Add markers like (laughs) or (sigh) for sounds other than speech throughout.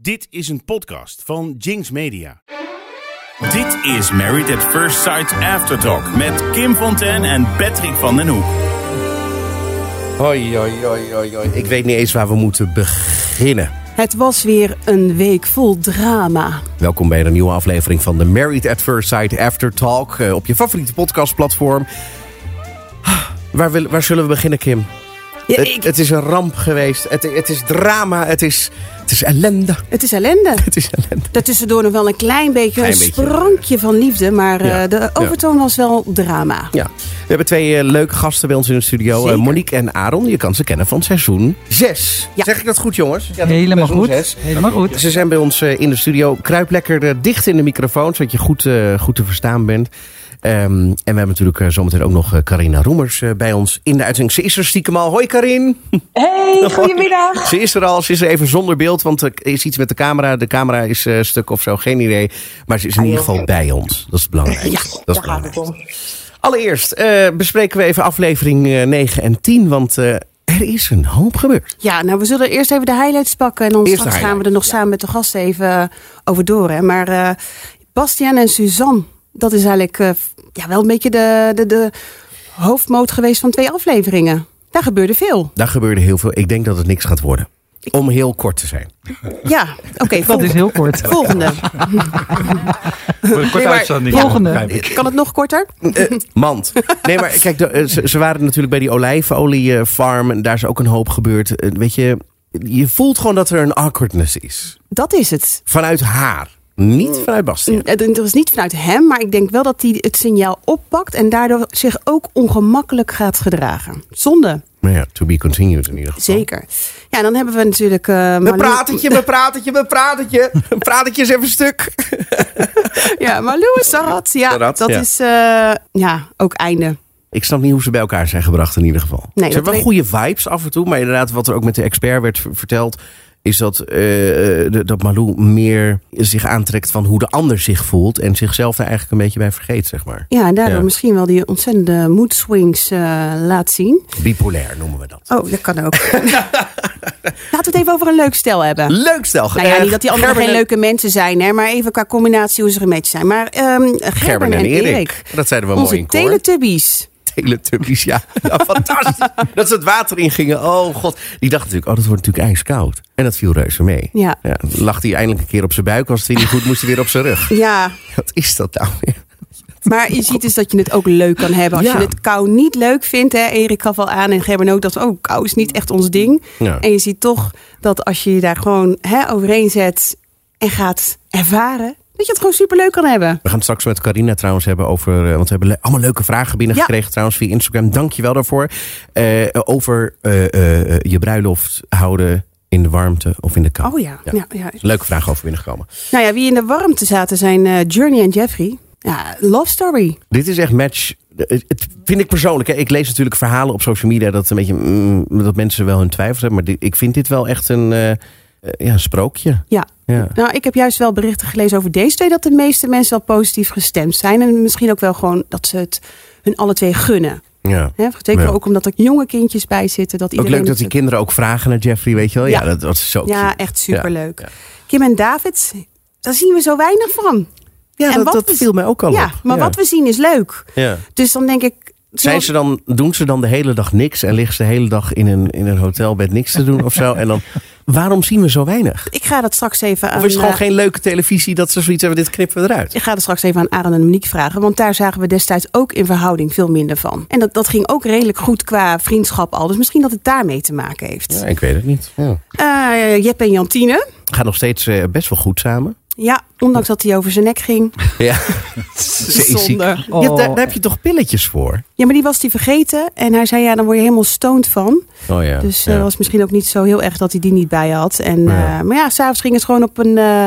Dit is een podcast van Jinx Media. Dit is Married at First Sight After Talk met Kim Fontaine en Patrick van den Hoek. Hoi, hoi, hoi, hoi, hoi. Ik weet niet eens waar we moeten beginnen. Het was weer een week vol drama. Welkom bij een nieuwe aflevering van de Married at First Sight After Talk eh, op je favoriete podcastplatform. Ah, Waar, wil- waar zullen we beginnen, Kim? Ja, Het, ik- het is een ramp geweest. Het, het is drama. Het is, het is ellende. het is ellende. Het is ellende. Daartussendoor nog wel een klein beetje Klein een beetje, sprankje van liefde. Maar eh, Ja, ja. de overtoon was wel drama. Ja. We hebben twee eh, leuke gasten bij ons in de studio. Eh, Zeker. Monique en Aaron. Je kan ze kennen van seizoen 6. Ja. Zeg ik dat goed, jongens? Ja, Helemaal seizoen goed. zes. Helemaal goed. Ze zijn bij ons eh, in de studio. Kruip lekker eh, dicht in de microfoon, zodat je goed, eh, goed te verstaan bent. Ehm, en we hebben natuurlijk eh, zometeen ook nog eh, Carina Roemers eh, bij ons in de uitzending. Ze is er stiekem al. Hoi Karin! (laughs) Hey, goedemiddag. Ze is er al. Ze is er even zonder beeld, want er is iets met de camera. De camera is eh, stuk of zo, geen idee. Maar ze is in ieder geval bij ons. Dat is belangrijk. Ja, dat is Ah, Daar gaat belangrijk. het om. Allereerst eh, bespreken we even aflevering eh, 9 en 10, want eh, er is een hoop gebeurd. Ja, nou we zullen eerst even de highlights pakken. En dan Eerst de straks gaan we highlights, er nog samen met de gasten even eh, over door. Hè. Maar eh, Bastiaan en Suzanne, dat is eigenlijk eh, ja, wel een beetje de, de, de hoofdmoot geweest van twee afleveringen. Daar gebeurde veel. Daar gebeurde heel veel. Ik denk dat het niks gaat worden. Om heel kort te zijn. Ja, (laughs) oké. Dat is volgende. heel kort. (laughs) volgende. Nee, maar, Volgende. Kan het nog korter? Eh, mand. Nee, maar kijk, de- eh, ze, ze waren natuurlijk bij die olijfoliefarm. En daar is ook een hoop gebeurd. Eh, Weet je, je voelt gewoon dat er een awkwardness is. Dat is het. Vanuit haar. Niet vanuit Bastiaan. Het het is niet vanuit hem, maar ik denk wel dat hij het signaal oppakt en daardoor zich ook ongemakkelijk gaat gedragen. Zonde, Maar ja, to be continued in ieder geval. zeker. Ja, dan hebben we natuurlijk. eh, We Malou- pratertje, we pratertje, we pratertje. Een pratertje is even stuk. (laughs) Ja, Malou en Sarat. Ja, Sarat, dat ja. is eh, ja, ook einde. Ik snap niet hoe ze bij elkaar zijn gebracht in ieder geval. dat ze hebben wel goede vibes af en toe. Maar inderdaad, wat er ook met de expert werd ver- verteld... is dat, eh, de- dat Malou meer zich aantrekt van hoe de ander zich voelt... en zichzelf daar eigenlijk een beetje bij vergeet, zeg maar. Ja, en daardoor Ja. misschien wel die ontzettende mood swings eh, laat zien. Bipolair noemen we dat. Oh, dat kan (laughs) ook. Laten we het even over een leuk stel hebben. Leuk stel. Nou ja, Eh, niet dat die anderen Gerben geen en- leuke mensen zijn, hè, maar even qua combinatie hoe ze gematcht zijn. Maar ehm Gerben, Gerben en Erik. Dat zeiden we Onze mooi in koor. Teletubbies. Teletubbies, ja. (laughs) ja fantastisch. dat ze het water ingingen. Oh god. Die dacht natuurlijk, oh dat wordt natuurlijk ijskoud. En dat viel reuze mee. Ja. lag hij eindelijk een keer op zijn buik. Was het weer niet goed, moest hij weer op zijn rug. Ja, Wat is dat nou weer? maar je ziet dus dat je het ook leuk kan hebben. Als Ja. je het kou niet leuk vindt, hè, Erik gaf al aan en Gerben ook, dat oh, kou is niet echt ons ding. Ja. En je ziet toch dat als je je daar gewoon hè, overheen zet en gaat ervaren, dat je het gewoon superleuk kan hebben. We gaan het straks met Carina trouwens hebben over... eh, Want we hebben le- allemaal leuke vragen binnengekregen trouwens via Instagram. Dank je wel daarvoor. Eh, over eh, eh, eh, je bruiloft houden in de warmte of in de kou. Oh ja. Ja, ja. Leuke vraag over binnengekomen. Nou ja, wie in de warmte zaten zijn eh, Journey en Jeffrey. Ja, love story. Dit is echt match. eh, Het vind ik persoonlijk. Hè. Ik lees natuurlijk verhalen op social media dat, een beetje, mm, dat mensen wel hun twijfels hebben. Maar dit- ik vind dit wel echt een eh, eh, ja, sprookje. Ja. Ja. Nou, ik heb juist wel berichten gelezen over deze twee dat de meeste mensen wel positief gestemd zijn. En misschien ook wel gewoon dat ze het hun alle twee gunnen. Ja. Hè, zeker Ja. ook omdat er jonge kindjes bij zitten. Dat Ook iedereen leuk dat die kinderen ook vragen naar Jeffrey, weet je wel? Ja, Ja. dat, dat is zo Ja, cute. echt superleuk. Kim en David, daar zien we zo weinig van. Ja, En dat, wat dat we- viel mij ook al ja, op. maar wat we zien is leuk. Ja. Dus dan denk ik... Zijn ze dan, doen ze dan de hele dag niks en liggen ze de hele dag in een, in een hotelbed niks te doen of zo? En dan, waarom zien we zo weinig? Ik ga dat straks even aan... Of is het gewoon eh, geen leuke televisie dat ze zoiets hebben, dit knippen we eruit? Ik ga dat straks even aan Aaron en Monique vragen. Want daar zagen we destijds ook in verhouding veel minder van. En dat, dat ging ook redelijk goed qua vriendschap al. Dus misschien dat het daarmee te maken heeft. Ja, ik weet het niet. Ja. Eh, Jep en Jantine. Gaat nog steeds eh, best wel goed samen. Ja, ondanks dat hij over zijn (laughs) nek ging. Ja. Zonde. Je hebt, daar, daar heb je toch pilletjes voor? Ja, maar die was hij vergeten. En hij zei, ja, dan word je helemaal stoned van. Oh ja. Dus dat was misschien ook niet zo heel erg dat hij die niet bij had. En, Ja. eh, maar ja, s'avonds ging het gewoon op een eh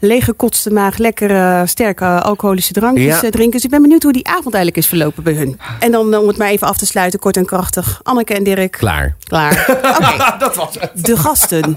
lege kotste maag lekker eh, sterke alcoholische drankjes Ja. eh, drinken. Dus ik ben benieuwd hoe die avond eigenlijk is verlopen bij hun. En dan eh, om het maar even af te sluiten, kort en krachtig. Anneke en Dirk. Klaar. (laughs) Klaar. Oké. De gasten.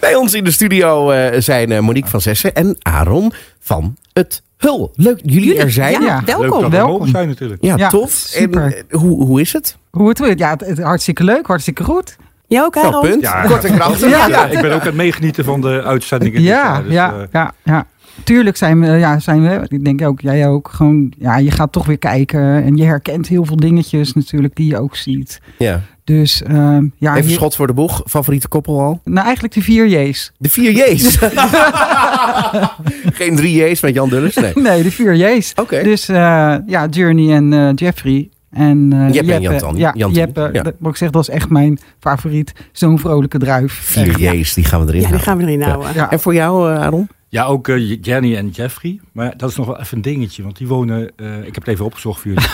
Bij ons in de studio eh, zijn eh, Monique van Zessen en Aaron van het Hul. Leuk jullie, er zijn. Ja, Ja. welkom. Leuk dat we Welkom. mogen zijn natuurlijk. Ja, Ja, tof. En, super. eh, hoe, hoe is het? Hoe het, ja, het, het- hartstikke leuk, hartstikke goed. Jij ook, Nou, Harold? punt. Ja. Kort en krachtig. Ja, Ja. ik ben ook aan het meegenieten van de uitzendingen. Ja, Dus, eh, ja, dus, eh, ja, ja. Tuurlijk zijn we, ja, zijn we, ik denk ook, jij ook, gewoon, ja, je gaat toch weer kijken en je herkent heel veel dingetjes natuurlijk die je ook ziet. Ja. Dus, ehm, ja. Even hier- schot voor de boeg. Favoriete koppel al? nou, eigenlijk de vier J's. (laughs) De vier J's. Geen drie J's met Jan Dulles. Nee. Oké. Nee, de vier J's. Dus eh, ja, Journey en eh, Jeffrey. En, eh, Jeppe en Jantan. Ja, Jantan. Jeppe. Ja. Dat, moet ik zeggen, dat is echt mijn favoriet. Zo'n vrolijke druif. Vier J's, die gaan we erin Ja, die houden. gaan we erin houden. Ja. En voor jou, eh, Aaron? ja, ook eh, Jenny en Jeffrey. Maar dat is nog wel even een dingetje. Want die wonen, eh, ik heb het even opgezocht voor (laughs) jullie.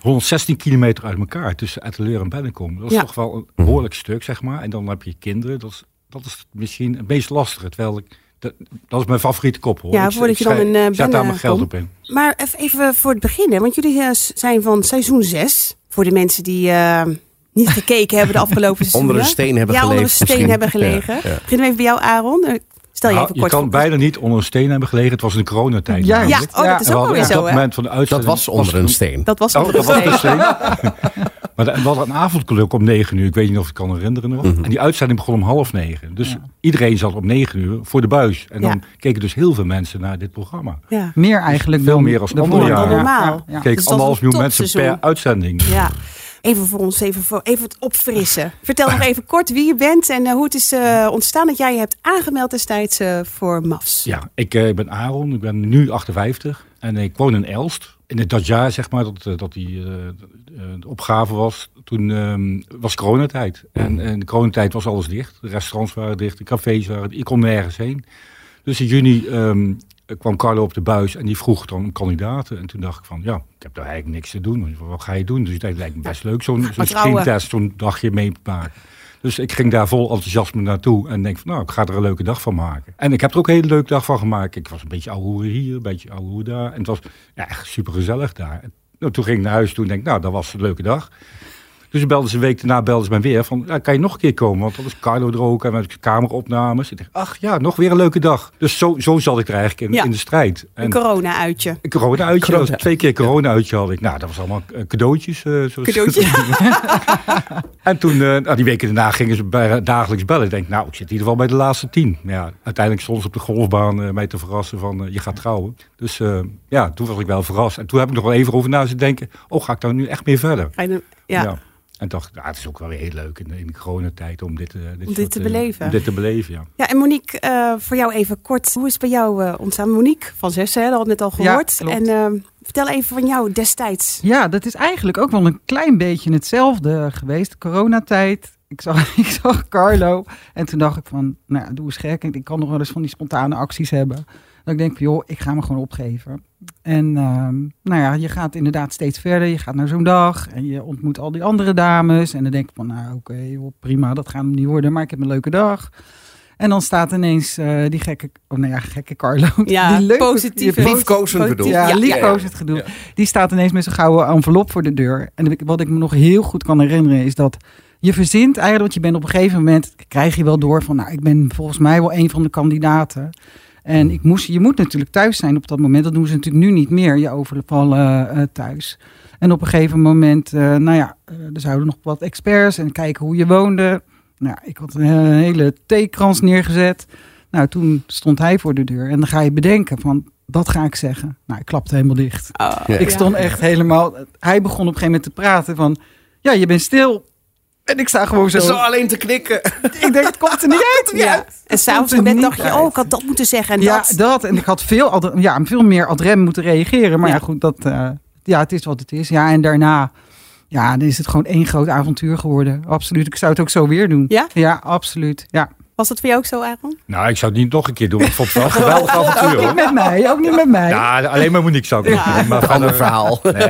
116 kilometer uit elkaar tussen Etteleur en Bennekom. Dat is Ja. toch wel een behoorlijk stuk, zeg maar. En dan heb je kinderen. Dat is, dat is misschien het meest lastige. Terwijl ik, dat, dat is mijn favoriete koppel. hoor. Ja, Ik- voordat ik je dan zei- in, eh, ik Zet daar Benne mijn geld komt. op in. Maar eff- even voor het begin, hè, want jullie eh, s- zijn van seizoen 6. Voor de mensen die eh, niet gekeken hebben de (laughs) afgelopen seizoen. Onder een steen hebben ja, onder een geleefd steen misschien. hebben gelegen. Ja, ja. Beginnen we even bij jou, Aaron. Eh, Stel je Nou, even je kort kan voor. bijna niet onder een steen hebben gelegen. Het was een coronatijd. Ja, Ja, namelijk. oh, dat Ja, is En we ook wel hadden weer op dat zo, hè? moment van de Dat uitzending... was onder een steen. Dat was Oh, onder dat was een een steen. steen. (laughs) maar de- we hadden een avondklok om negen uur. Ik weet niet of ik het kan herinneren nog. En die uitzending begon om half negen. Dus iedereen zat om negen uur voor de buis. En dan Ja. keken dus heel veel mensen naar dit programma. Ja. Meer eigenlijk Veel dan meer als de andere vorige jaren. jaren. Normaal. Ja, ja. Dus Keken dat was anderhalf een miljoen mensen topseizoen. per uitzending. ja. Even voor ons, even, voor, even het opfrissen. Vertel nog even kort wie je bent en eh, hoe het is eh, ontstaan dat jij je hebt aangemeld destijds eh, voor MAFS. Ja, ik eh, ben Aaron, ik ben nu 58 en ik woon in Elst. In het- dat jaar, zeg maar, dat, eh, dat die eh, de opgave was, toen ehm, was coronatijd. En, en de coronatijd was alles dicht. De restaurants waren dicht, de cafés waren dicht. Ik kon nergens heen. Dus in juni ehm, kwam Carlo op de buis en die vroeg dan kandidaten. En toen dacht ik van, ja, ik heb daar eigenlijk niks te doen. Wat ga je doen? Dus ik dacht, lijkt me best leuk, zo'n zo'n maar trouwen. screentest, zo'n dagje mee maken. Dus ik ging daar vol enthousiasme naartoe en denk van, nou, ik ga er een leuke dag van maken. En ik heb er ook een hele leuke dag van gemaakt. Ik was een beetje ouwe hier, een beetje ouwe daar. En het was ja, echt super gezellig daar. En, nou, toen ging ik naar huis toen denk ik, nou, dat was een leuke dag. Dus belden ze een week daarna belden ze mij weer van, ja, kan je nog een keer komen? Want dan is Carlo er ook en we hebben kameropnames. Ik dacht, ach ja, nog weer een leuke dag. Dus zo, zo zat ik er eigenlijk in, Ja. in de strijd. Een En corona-uitje. een corona-uitje, dat was Corona. twee keer corona-uitje had ik. Nou, dat was allemaal eh, cadeautjes. eh, zoals- Cadeautje. (laughs) en toen, eh, nou, die weken daarna gingen ze bij, dagelijks bellen. Ik denk, nou, ik zit in ieder geval bij de laatste tien. Maar Ja, uiteindelijk stond ze op de golfbaan eh, mij te verrassen van, eh, je gaat trouwen. Dus eh, ja, toen was ik wel verrast. En toen heb ik nog wel even over na zitten denken, oh, ga ik daar nu echt mee verder? Ga je dan- Ja. En dacht, nou, het is ook wel weer heel leuk in de, in de coronatijd om dit, eh, dit, dit soort, te eh, beleven. om dit te beleven, ja. Ja, en Monique, eh, voor jou even kort. Hoe is het bij jou eh, ontstaan? Monique van Zessen, hè, dat hadden we net al Ja, gehoord. klopt. en eh, vertel even van jou destijds. Ja, dat is eigenlijk ook wel een klein beetje hetzelfde geweest. Coronatijd. Ik zag, (laughs) ik zag Carlo. En toen dacht ik van, nou, ja, doe eens gek. Ik kan nog wel eens van die spontane acties hebben. Dat ik denk van, joh, ik ga me gewoon opgeven. En ehm, nou ja, je gaat inderdaad steeds verder. Je gaat naar zo'n dag en je ontmoet al die andere dames. En dan denk ik van, nou oké, joh, prima, dat gaat hem niet worden. Maar ik heb een leuke dag. En dan staat ineens eh, die gekke, oh nou ja, gekke Carlo. (laughs) Ja, die leuke- positieve. die Liefkozend bedoel ja, Ja, liefkoos het gedoe. Die staat ineens met zijn gouden envelop voor de deur. En ik- wat ik me nog heel goed kan herinneren is dat je verzint eigenlijk, want je bent op een gegeven moment, krijg je wel door van, nou, ik ben volgens mij wel een van de kandidaten. En ik moest, je moet natuurlijk thuis zijn op dat moment. Dat doen ze natuurlijk nu niet meer, je overvallen eh, thuis. En op een gegeven moment, eh, nou ja, eh, er zouden nog wat experts en kijken hoe je woonde. Nou, ik had een eh, hele theekrans neergezet. Nou, toen stond hij voor de deur. En dan ga je bedenken van, dat ga ik zeggen. Nou, ik klapte helemaal dicht. Oh, Ja. Ik stond echt helemaal... Hij begon op een gegeven moment te praten van... Ja, je bent stil. En ik sta gewoon zo... Zo alleen te knikken. Ik denk, het komt er niet (laughs) uit. Ja. En s'avonds Komt er net niet dacht je, uit. oh, ik had dat moeten zeggen. En Ja, dat. dat. En ik had veel, ad- ja, veel meer ad rem moeten reageren. Maar ja, Ja. goed, dat, eh, ja, het is wat het is. Ja, en daarna... Ja, dan is het gewoon één groot avontuur geworden. Absoluut. Ik zou het ook zo weer doen. Ja? Ja, absoluut. Ja. Was dat voor jou ook zo, Aaron? Nou, ik zou het niet nog een keer doen. want Ik (laughs) vond het wel een geweldig avontuur, Niet hoor. met mij. Ook niet met mij. Ja, alleen maar Monique zou ik Ja. doen, Maar Ander verder- verhaal. Nee,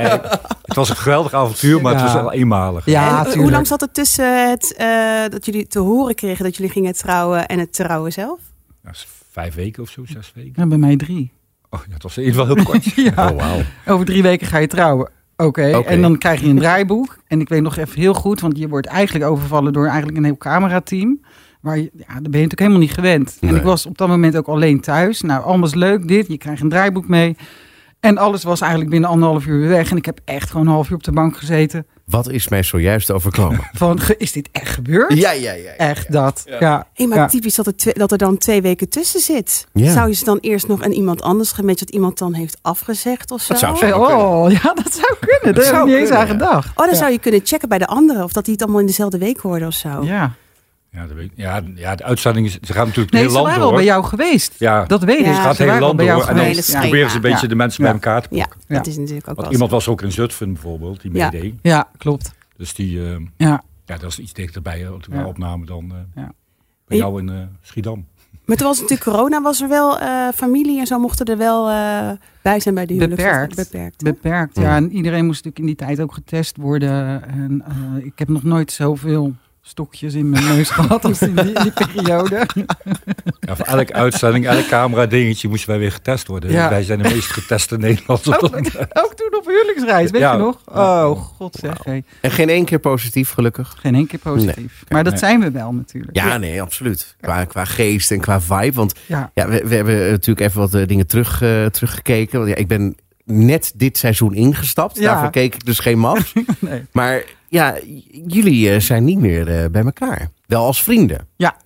het was een geweldig avontuur, maar het was Ja. wel eenmalig. Ja, en, eh, tuurlijk. hoe lang zat het tussen het, eh, dat jullie te horen kregen dat jullie gingen trouwen en het trouwen zelf? Dat is vijf weken of zo, zes weken. Ja, bij mij drie. Oh, ja, het was in ieder geval heel kort. (laughs) Ja. Oh, wauw. Over drie weken ga je trouwen. Oké, Oké. en dan krijg je een draaiboek. En ik weet nog even heel goed, want je wordt eigenlijk overvallen door eigenlijk een heel camerateam. Maar je- ja, daar ben je natuurlijk helemaal niet gewend. En Nee. ik was op dat moment ook alleen thuis. Nou, alles leuk, dit. Je krijgt een draaiboek mee. En alles was eigenlijk binnen anderhalf uur weer weg. En ik heb echt gewoon een half uur op de bank (laughs) gezeten. Wat is mij zojuist overkomen? Van, ge- is dit echt gebeurd? ja, ja, ja. Echt dat. Ja. Hé, maar ja. typisch dat er, twee- dat er dan twee weken tussen zit. Ja. Zou je ze dan eerst nog aan iemand anders gematcht dat iemand dan heeft afgezegd of zo? Dat zou zo kunnen. Oh, ja, dat zou kunnen. Daar heb ik zou niet eens kunnen, aan gedacht. Oh, dan Ja. zou je kunnen checken bij de anderen of dat die het allemaal in dezelfde week hoorden of zo. Ja. Ja, dat weet ik. ja, ja, de uitzending is, ze gaan natuurlijk Nee, heel ze land waren door. wel bij jou geweest. Ja, Dat weet Ja, ik. ze het Ze gaat heel waren wel land bij door. jou En dan Hele geweest. Ja. schema. proberen ze een beetje Ja. de mensen Ja. bij elkaar te Ja, Ja. dat is natuurlijk ook Want wel iemand was ook in Zutphen bijvoorbeeld, die Ja. meedeed. ja, klopt. Dus die, eh, Ja. ja, dat is iets dichterbij hè, qua Ja. opname dan eh, Ja. bij Ja. jou in eh, Schiedam. Maar toen was het natuurlijk corona, was er wel eh, familie en zo mochten er wel eh, bij zijn bij de huwelijk. Beperkt. Beperkt. hè? Beperkt, ja. En iedereen moest natuurlijk in die tijd ook getest worden. En eh, ik heb nog nooit zoveel stokjes in mijn neus (laughs) gehad als in die, in die (laughs) periode. Ja, voor elke uitzending, elk camera dingetje moesten wij weer getest worden. Ja. Oh, Wij zijn de meest (laughs) geteste Nederlanders. op ook, dat- ook toen op huwelijksreis, weet Ja. je nog? Oh, god zeg. hé. En geen één keer positief, gelukkig. Geen één keer positief. maar dat nee. zijn we wel natuurlijk. Ja, nee, absoluut. Qua, qua geest en qua vibe. Want Ja. ja, we, we hebben natuurlijk even wat eh, dingen terug, eh, teruggekeken. Want ja, ik ben net dit seizoen ingestapt. Ja. Daarvoor keek ik dus geen maf. (laughs) Nee. maar ja, j- jullie eh, zijn niet meer eh, bij elkaar. Wel als vrienden. Ja.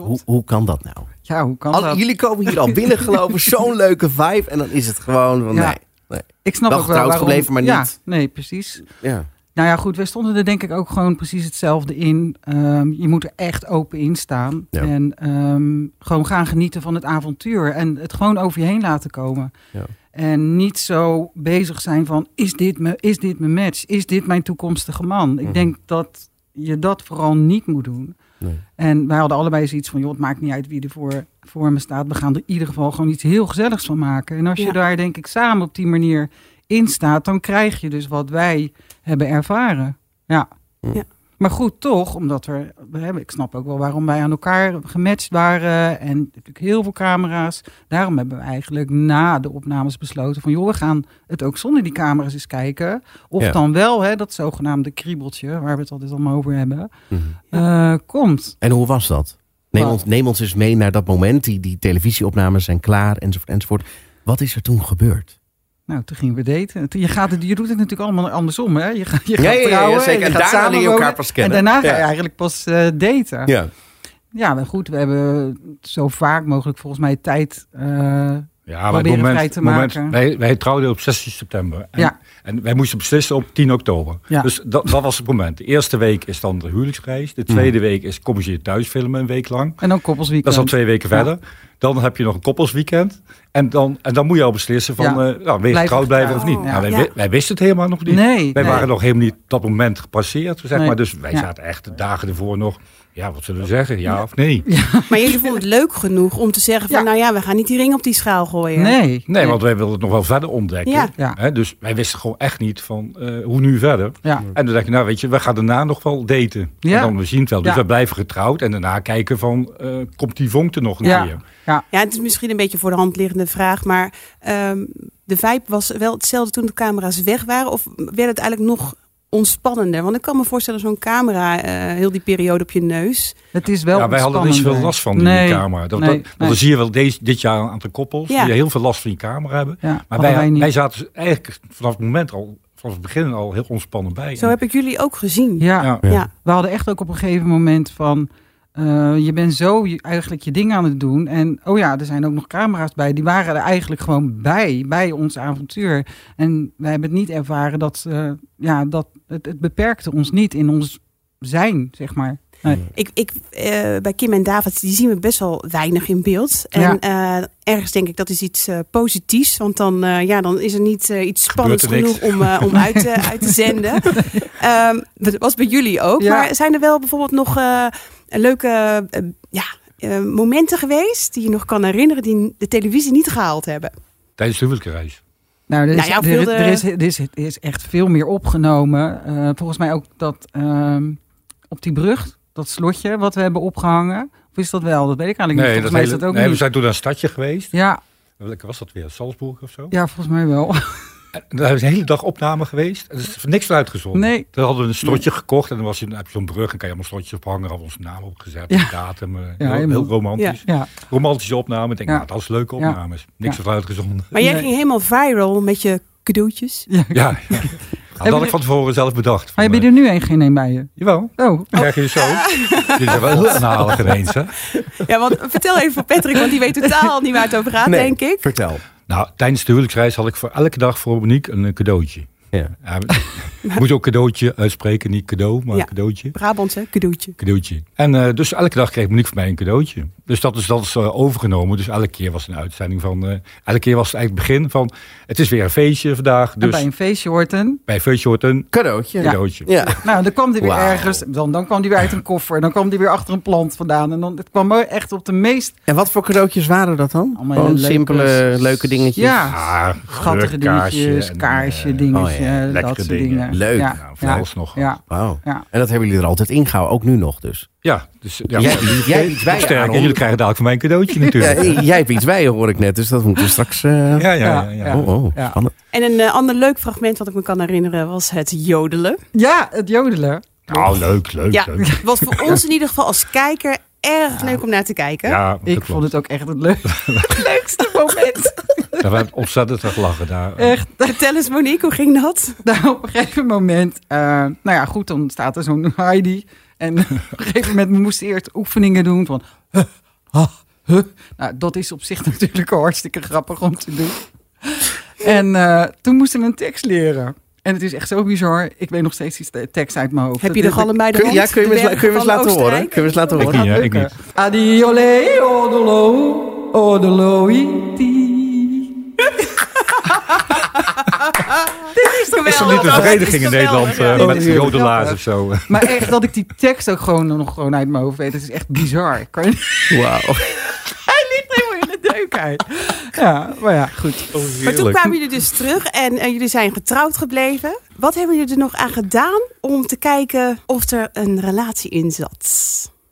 Hoe, hoe kan dat nou? Ja, hoe kan Alle- dat? jullie komen hier al (laughs) binnengelopen, zo'n leuke vibe. En dan is het gewoon van, Ja. nee. Ik snap Wel ook wel getrouwd waarom. gebleven, maar Ja, niet. nee, precies. Ja. Nou ja, goed, we stonden er denk ik ook gewoon precies hetzelfde in. Ehm, je moet er echt open in staan. Ja. En ehm, gewoon gaan genieten van het avontuur. En het gewoon over je heen laten komen. Ja. En niet zo bezig zijn van, is dit, me, is dit mijn match? Is dit mijn toekomstige man? Ik Mhm. denk dat je dat vooral niet moet doen. Nee. En wij hadden allebei zoiets van, joh, het maakt niet uit wie er voor, voor me staat. We gaan er in ieder geval gewoon iets heel gezelligs van maken. En als je Ja. daar denk ik samen op die manier in staat, dan krijg je dus wat wij hebben ervaren. Ja. Ja. Maar goed, toch, omdat er, we hebben, ik snap ook wel waarom wij aan elkaar gematcht waren en natuurlijk heel veel camera's. Daarom hebben we eigenlijk na de opnames besloten van, joh, we gaan het ook zonder die camera's eens kijken. Of Ja. dan wel, hè, dat zogenaamde kriebeltje, waar we het altijd allemaal over hebben, Mhm. eh, komt. En hoe was dat? Neem Wat? ons, neem ons eens mee naar dat moment. Die, die televisieopnames zijn klaar, enzovoort, enzovoort. Wat is er toen gebeurd? Nou, toen gingen we daten. Toen- Je, gaat het, je doet het natuurlijk allemaal andersom, hè? Je, gaat- je gaat Ja, ja, ja, trouwen zeker. en En je gaat daarna leer je samenwonen elkaar pas kennen. En daarna ga Ja. je eigenlijk pas eh, daten. Ja. Ja, maar goed, we hebben zo vaak mogelijk volgens mij tijd. eh, Ja, maar het Proberen moment, vrij te moment- maken. wij, wij trouwden op 16 september. En, Ja. en wij moesten beslissen op 10 oktober. Ja. Dus dat, dat was het moment. De eerste week is dan de huwelijksreis. De tweede week is kom je thuis filmen een week lang. en dan koppelsweekend. Dat is al twee weken verder. Dan heb je nog een koppelsweekend. En dan, en dan moet je al beslissen van, Ja. eh, nou, wil je Blijf getrouwd blijven of niet. getrouwd. Nou, wij, Ja. wi- wij wisten het helemaal nog niet. Nee, wij nee. waren nog helemaal niet dat moment gepasseerd, zeg Nee. maar. Dus wij Ja. zaten echt de dagen ervoor nog, ja, wat zullen we zeggen? Ja of nee? Maar jullie vonden het leuk genoeg om te zeggen van, Ja. nou ja, we gaan niet die ring op die schaal gooien. Nee. Nee, want wij wilden het nog wel verder ontdekken. Ja. Ja. Hè, dus wij wisten gewoon echt niet van eh, hoe nu verder. Ja. En dan dacht je, nou weet je, we gaan daarna nog wel daten. Ja. En dan we zien het wel. Dus Ja. we blijven getrouwd en daarna kijken van, eh, komt die vonkte nog een Ja. keer? ja. Ja, het is misschien een beetje voor de hand liggende vraag, maar ehm, de vibe was wel hetzelfde toen de camera's weg waren? Of werd het eigenlijk nog ontspannender? Want ik kan me voorstellen, zo'n camera, eh, heel die periode op je neus. Het is wel. ja, wij hadden niet zoveel ontspannender. last van die Nee, camera. Dat, nee, dat, want nee. dan zie je wel deze, dit jaar een aantal koppels Ja. die heel veel last van die camera hebben. Ja, Maar hadden wij, wij, niet. zaten dus eigenlijk vanaf het moment al, vanaf het begin al heel ontspannen bij. Zo En- heb ik jullie ook gezien. Ja. ja. Ja. we hadden echt ook op een gegeven moment van. eh, je bent zo je- eigenlijk je ding aan het doen. En oh ja, er zijn ook nog camera's bij. Die waren er eigenlijk gewoon bij, bij ons avontuur. En wij hebben het niet ervaren dat, eh, ja, dat het, het beperkte ons niet in ons zijn, zeg maar. Ik, ik, eh, bij Kim en David, die zien we best wel weinig in beeld. En eh, ergens denk ik dat is iets eh, positiefs. Want dan, eh, ja, dan is er niet eh, iets spannends Gebeurt er niks. genoeg om, eh, om uit, te- uit te zenden. Ehm, dat was bij jullie ook. Ja. Maar zijn er wel bijvoorbeeld nog eh, leuke eh, ja, eh, momenten geweest die je nog kan herinneren die de televisie niet gehaald hebben? Tijdens de huwelijksreis. Nou, er is, Nou ja, er- veel de- er is, er is, er is echt veel meer opgenomen. Eh, volgens mij ook dat ehm, op die brug, dat slotje wat we hebben opgehangen. Of is dat wel? Dat weet ik eigenlijk niet. Volgens mij is hele- dat ook nee, we niet. zijn toen naar een stadje geweest. Ja, Welke was dat weer? Salzburg of zo? ja, volgens mij wel. (laughs) En Daar is een hele dag opname geweest. Er is niks uitgezonden. Nee. Toen hadden we een strotje gekocht. En dan, was je, dan heb je zo'n brug. En kan je allemaal strotjes ophangen. Hadden we onze naam opgezet. Ja. de Datum. eh, heel- heel, helemaal. romantisch. Ja. Romantische opname. Ik denk, Ja. nou, dat is leuke Ja. opnames. Niks Ja. werd uitgezonden. Maar jij Nee. ging helemaal viral met je cadeautjes. ja. Ja. ja. Dat had je- ik van tevoren zelf bedacht. eh, Maar heb je er nu een geen een bij je? Jawel. Oh, Dan krijg je het (laughs) zo. Dit is wel heel aanhalig ineens, hè? Ja, want vertel even voor Patrick, want die weet totaal niet waar het over gaat, Nee, denk ik. Vertel. Nou, tijdens de huwelijksreis had ik voor elke dag voor Monique een eh, cadeautje. Ja. Ja, (laughs) moet je ook cadeautje uitspreken, niet cadeau, maar Ja. cadeautje. Brabantse cadeautje. Cadeautje. En eh, dus elke dag kreeg Monique van mij een cadeautje. Dus dat is, dat is eh, overgenomen. Dus elke keer was een uitzending van. eh, elke keer was het eigenlijk het begin van. Het is weer een feestje vandaag. Dus bij bij, een feestje hoort een. feestje hoort een Cadeautje. Ja. cadeautje. ja. Nou, dan kwam die weer Wauw. ergens. Dan, dan kwam die weer uit een koffer. Dan kwam die weer achter een plant vandaan. En dan, het kwam wel echt op de meest... En wat voor cadeautjes waren dat dan? Allemaal Gewoon hele simpele, leuke- leuke dingetjes. Ja, Ah, schattige geurkaarsje dingetjes, en, kaarsje, eh, dingetjes, oh ja, eh, dat lekkere soort dingen. dingen. Leuk. Ja, Nou, van ja, alles nog. ja. Wauw. Ja. En dat hebben jullie er altijd in gehouden, ook nu nog dus. Ja, dus ja, Jij- jullie- jij iets bij, sterker, Aaron. jullie krijgen dadelijk van mij een cadeautje Ja, natuurlijk. jij hebt iets bij je, hoor ik net, dus dat moeten we straks... eh, Ja, ja, ja. ja. Ja. Oh, oh, Ja. spannend. En een eh, ander leuk fragment wat ik me kan herinneren was het jodelen. Ja, het jodelen. Nou, leuk, leuk, Ja, leuk. was (laughs) voor ons in ieder geval als kijker erg leuk om naar te kijken. Ja, dat Ik klopt. vond het ook echt het leuk- leukste (laughs) moment. Daar werd ontzettend aan gelachen daar. Echt. Vertel eens Monique, hoe ging dat? (laughs) Nou, op een gegeven moment, eh, nou ja, goed, dan staat er zo'n Heidi. En (laughs) op een gegeven moment moest ze eerst oefeningen doen van. huh, ha, huh. Nou, dat is op zich (laughs) natuurlijk al hartstikke grappig om te doen. En eh, toen moesten we een tekst leren. En het is echt zo bizar. Ik weet nog steeds die te- tekst uit mijn hoofd. Heb je de Dat is- galm bij de Kun, hand? ja, kun je me De eens, la- bergen kun je me eens van laten horen? Oostenrijk? Kun je me eens laten Ik horen? niet, hè, ik niet. Adiole, odolo, odoloiti. Is er Geweldig, niet een dat dus vereniging in geweldig, Nederland ja. eh, Ja, met natuurlijk. jodelaars of zo? Maar echt dat ik die tekst ook gewoon nog gewoon uit mijn hoofd weet. Het is echt bizar. Ik kan (laughs) je Wauw. (laughs) Hij ligt helemaal in de deuk uit. Ja, maar ja, goed. Maar toen kwamen jullie dus terug en eh, jullie zijn getrouwd gebleven. Wat hebben jullie er nog aan gedaan om te kijken of er een relatie in zat?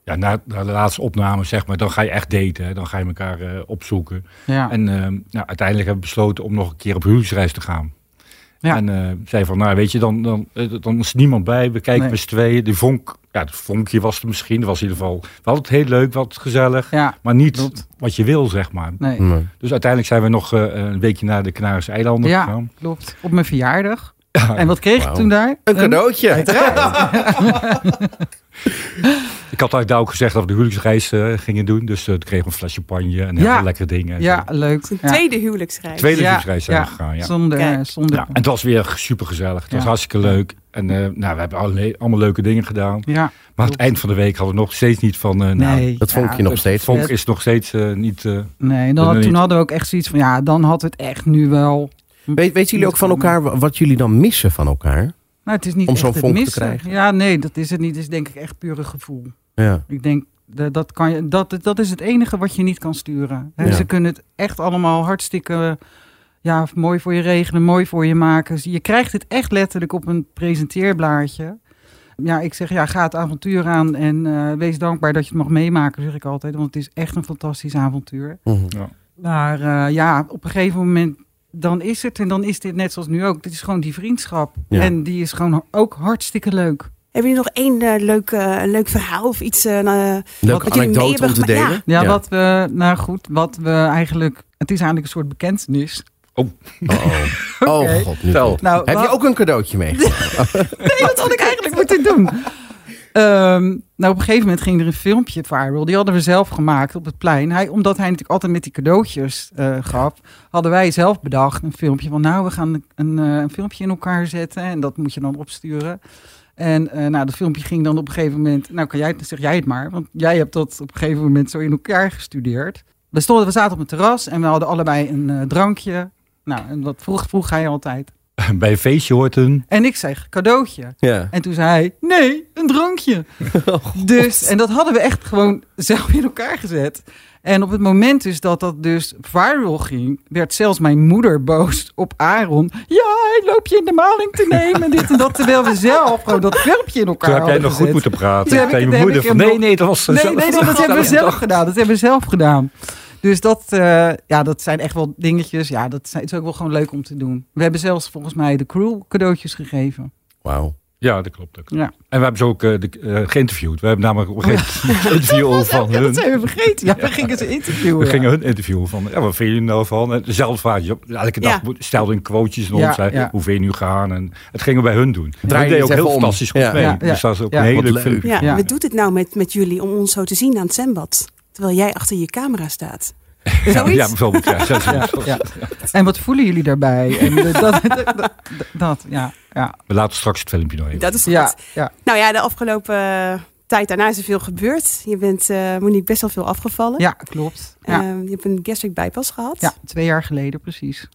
Ja, na, na de laatste opname, zeg maar, dan ga je echt daten. Hè? Dan ga je elkaar eh, opzoeken. Ja. En eh, nou, uiteindelijk hebben we besloten om nog een keer op huwelijksreis te gaan. Ja. En eh zei van, nou weet je, dan, dan, eh, dan is niemand bij. We kijken Nee. met z'n tweeën. De vonk, ja, het vonkje was er misschien. Er was in ieder geval, we hadden het heel leuk, wat gezellig. ja, Maar niet Klopt. wat je wil, zeg maar. nee. Hm. Hmm, Dus uiteindelijk zijn we nog eh, een weekje naar de Canarische eilanden Ja, gegaan. klopt. Op mijn verjaardag. En wat kreeg ik toen daar? Een cadeautje. Ik had eigenlijk daar ook gezegd dat we de huwelijksreis eh, gingen doen. Dus eh, toen kregen we een fles champagne en Ja. heel veel lekkere dingen. en Ja, zo. leuk. Een Ja. tweede huwelijksreis. Ja, Tweede huwelijksreis zijn ja. we gegaan, ja. Zonder, Kijk. eh, zonder. Ja, en het was weer super gezellig. Het was Ja. hartstikke leuk. En eh, nou, we hebben alle- allemaal leuke dingen gedaan. Ja, Maar aan het eind van de week hadden we nog steeds niet van... eh, nou, nee. Dat vond ja. dus je nog steeds. Vonk vet. is nog steeds eh, niet... eh, (laughs) Nee, dan Dat had, niet. toen hadden we ook echt zoiets van, ja, dan had het echt nu wel... Weet, weten jullie ook van elkaar wa- wat jullie dan missen van elkaar? Nou, het is niet om echt zo'n het vonk te missen. krijgen? Ja, nee, dat is het niet. Het is denk ik echt pure gevoel. Ja. Ik denk, dat, dat, kan je, dat, dat is het enige wat je niet kan sturen. Hè, Ja. Ze kunnen het echt allemaal hartstikke ja, mooi voor je regelen, mooi voor je maken. Je krijgt het echt letterlijk op een presenteerblaadje. Ja, ik zeg, ja, ga het avontuur aan en eh, wees dankbaar dat je het mag meemaken, zeg ik altijd. Want het is echt een fantastisch avontuur. Mhm. Maar eh, ja, op een gegeven moment, dan is het en dan is dit net zoals nu ook. Dit is gewoon die vriendschap. Ja. En die is gewoon ook hartstikke leuk. Hebben jullie nog één eh, leuk, eh, leuk verhaal of iets? eh, nou, eh, Leuke jullie mee anekdote om hebben te gemaakt. delen. Ja, wat we, nou goed, wat we eigenlijk, het is eigenlijk een soort bekentenis. Oh, oh. oh god. Nu Tel. komt- Nou, Heb je wat- ook een cadeautje mee? Nee, (laughs) wat had ik eigenlijk moeten doen? Ehm, nou, op een gegeven moment ging er een filmpje viral. Die hadden we zelf gemaakt op het plein. Hij, omdat hij natuurlijk altijd met die cadeautjes eh, gaf, hadden wij zelf bedacht een filmpje van... nou, we gaan een, een, eh, een filmpje in elkaar zetten en dat moet je dan opsturen. En eh, nou, dat filmpje ging dan op een gegeven moment... Nou, kan jij, het- zeg jij het maar, want jij hebt dat op een gegeven moment zo in elkaar gestudeerd. We, stonden, we zaten op een terras en we hadden allebei een eh, drankje. Nou, en wat vroeg, vroeg hij altijd. bij een feestje hoort een... En ik zeg, cadeautje. Ja. En toen zei hij, nee, een drankje. (laughs) Oh, dus, en dat hadden we echt gewoon zelf in elkaar gezet. En op het moment dus dat dat dus viral ging, werd zelfs mijn moeder boos op Aaron. Ja, hij loopt je in de maling te nemen, en dit en dat. Terwijl we zelf gewoon dat filmpje in elkaar Toen heb jij hadden nog goed gezet. moeten praten. Toen heb ik- Tegen je toen heb moeder ik van, hem nee, nog- nee, dat was Nee, nee, dat, dat hebben we zelf gedaan. Dat hebben we zelf gedaan. Dus dat, eh, ja, dat zijn echt wel dingetjes. Ja, dat zijn, het is ook wel gewoon leuk om te doen. We hebben zelfs volgens mij de crew cadeautjes gegeven. Wauw. Ja, dat klopt. dat klopt. Ja. En we hebben ze ook eh, de, eh, geïnterviewd. We hebben namelijk op een gegeven moment een interview Oh, van Ja, (laughs) dat hun. zijn we vergeten. Ja, we gingen ze interviewen. We ja. gingen hun interviewen van, ja, wat vind je nou van? En zelf vraagjes op. Elke dag Ja. moet- stelde hun quotejes aan Ja, ons. hè. ja. Hoe vind je nu gaan? En het gingen we bij hun doen. Draai Draai je deed het ook heel even om. fantastisch goed Ja. mee. Ja, ja. Dus dat is ook Ja. een Wat hele leuk leuk. filmpje. Ja, Ja. wat doet het nou met, met jullie om ons zo te zien aan het zwembad? Terwijl jij achter je camera staat. Ja, Zoiets? ja, bijvoorbeeld. Ja, ja, (laughs) Ja, ja. ja. En wat voelen jullie daarbij? En eh, dat, (laughs) dat, dat, dat, ja, ja, We laten straks het filmpje nog even. Dat is goed. ja, ja. Nou ja, de afgelopen eh, tijd daarna is er veel gebeurd. Je bent, eh Monique, best wel veel afgevallen. ja, klopt. Ja. Eh, je hebt een gastric bypass gehad. ja, twee jaar geleden precies.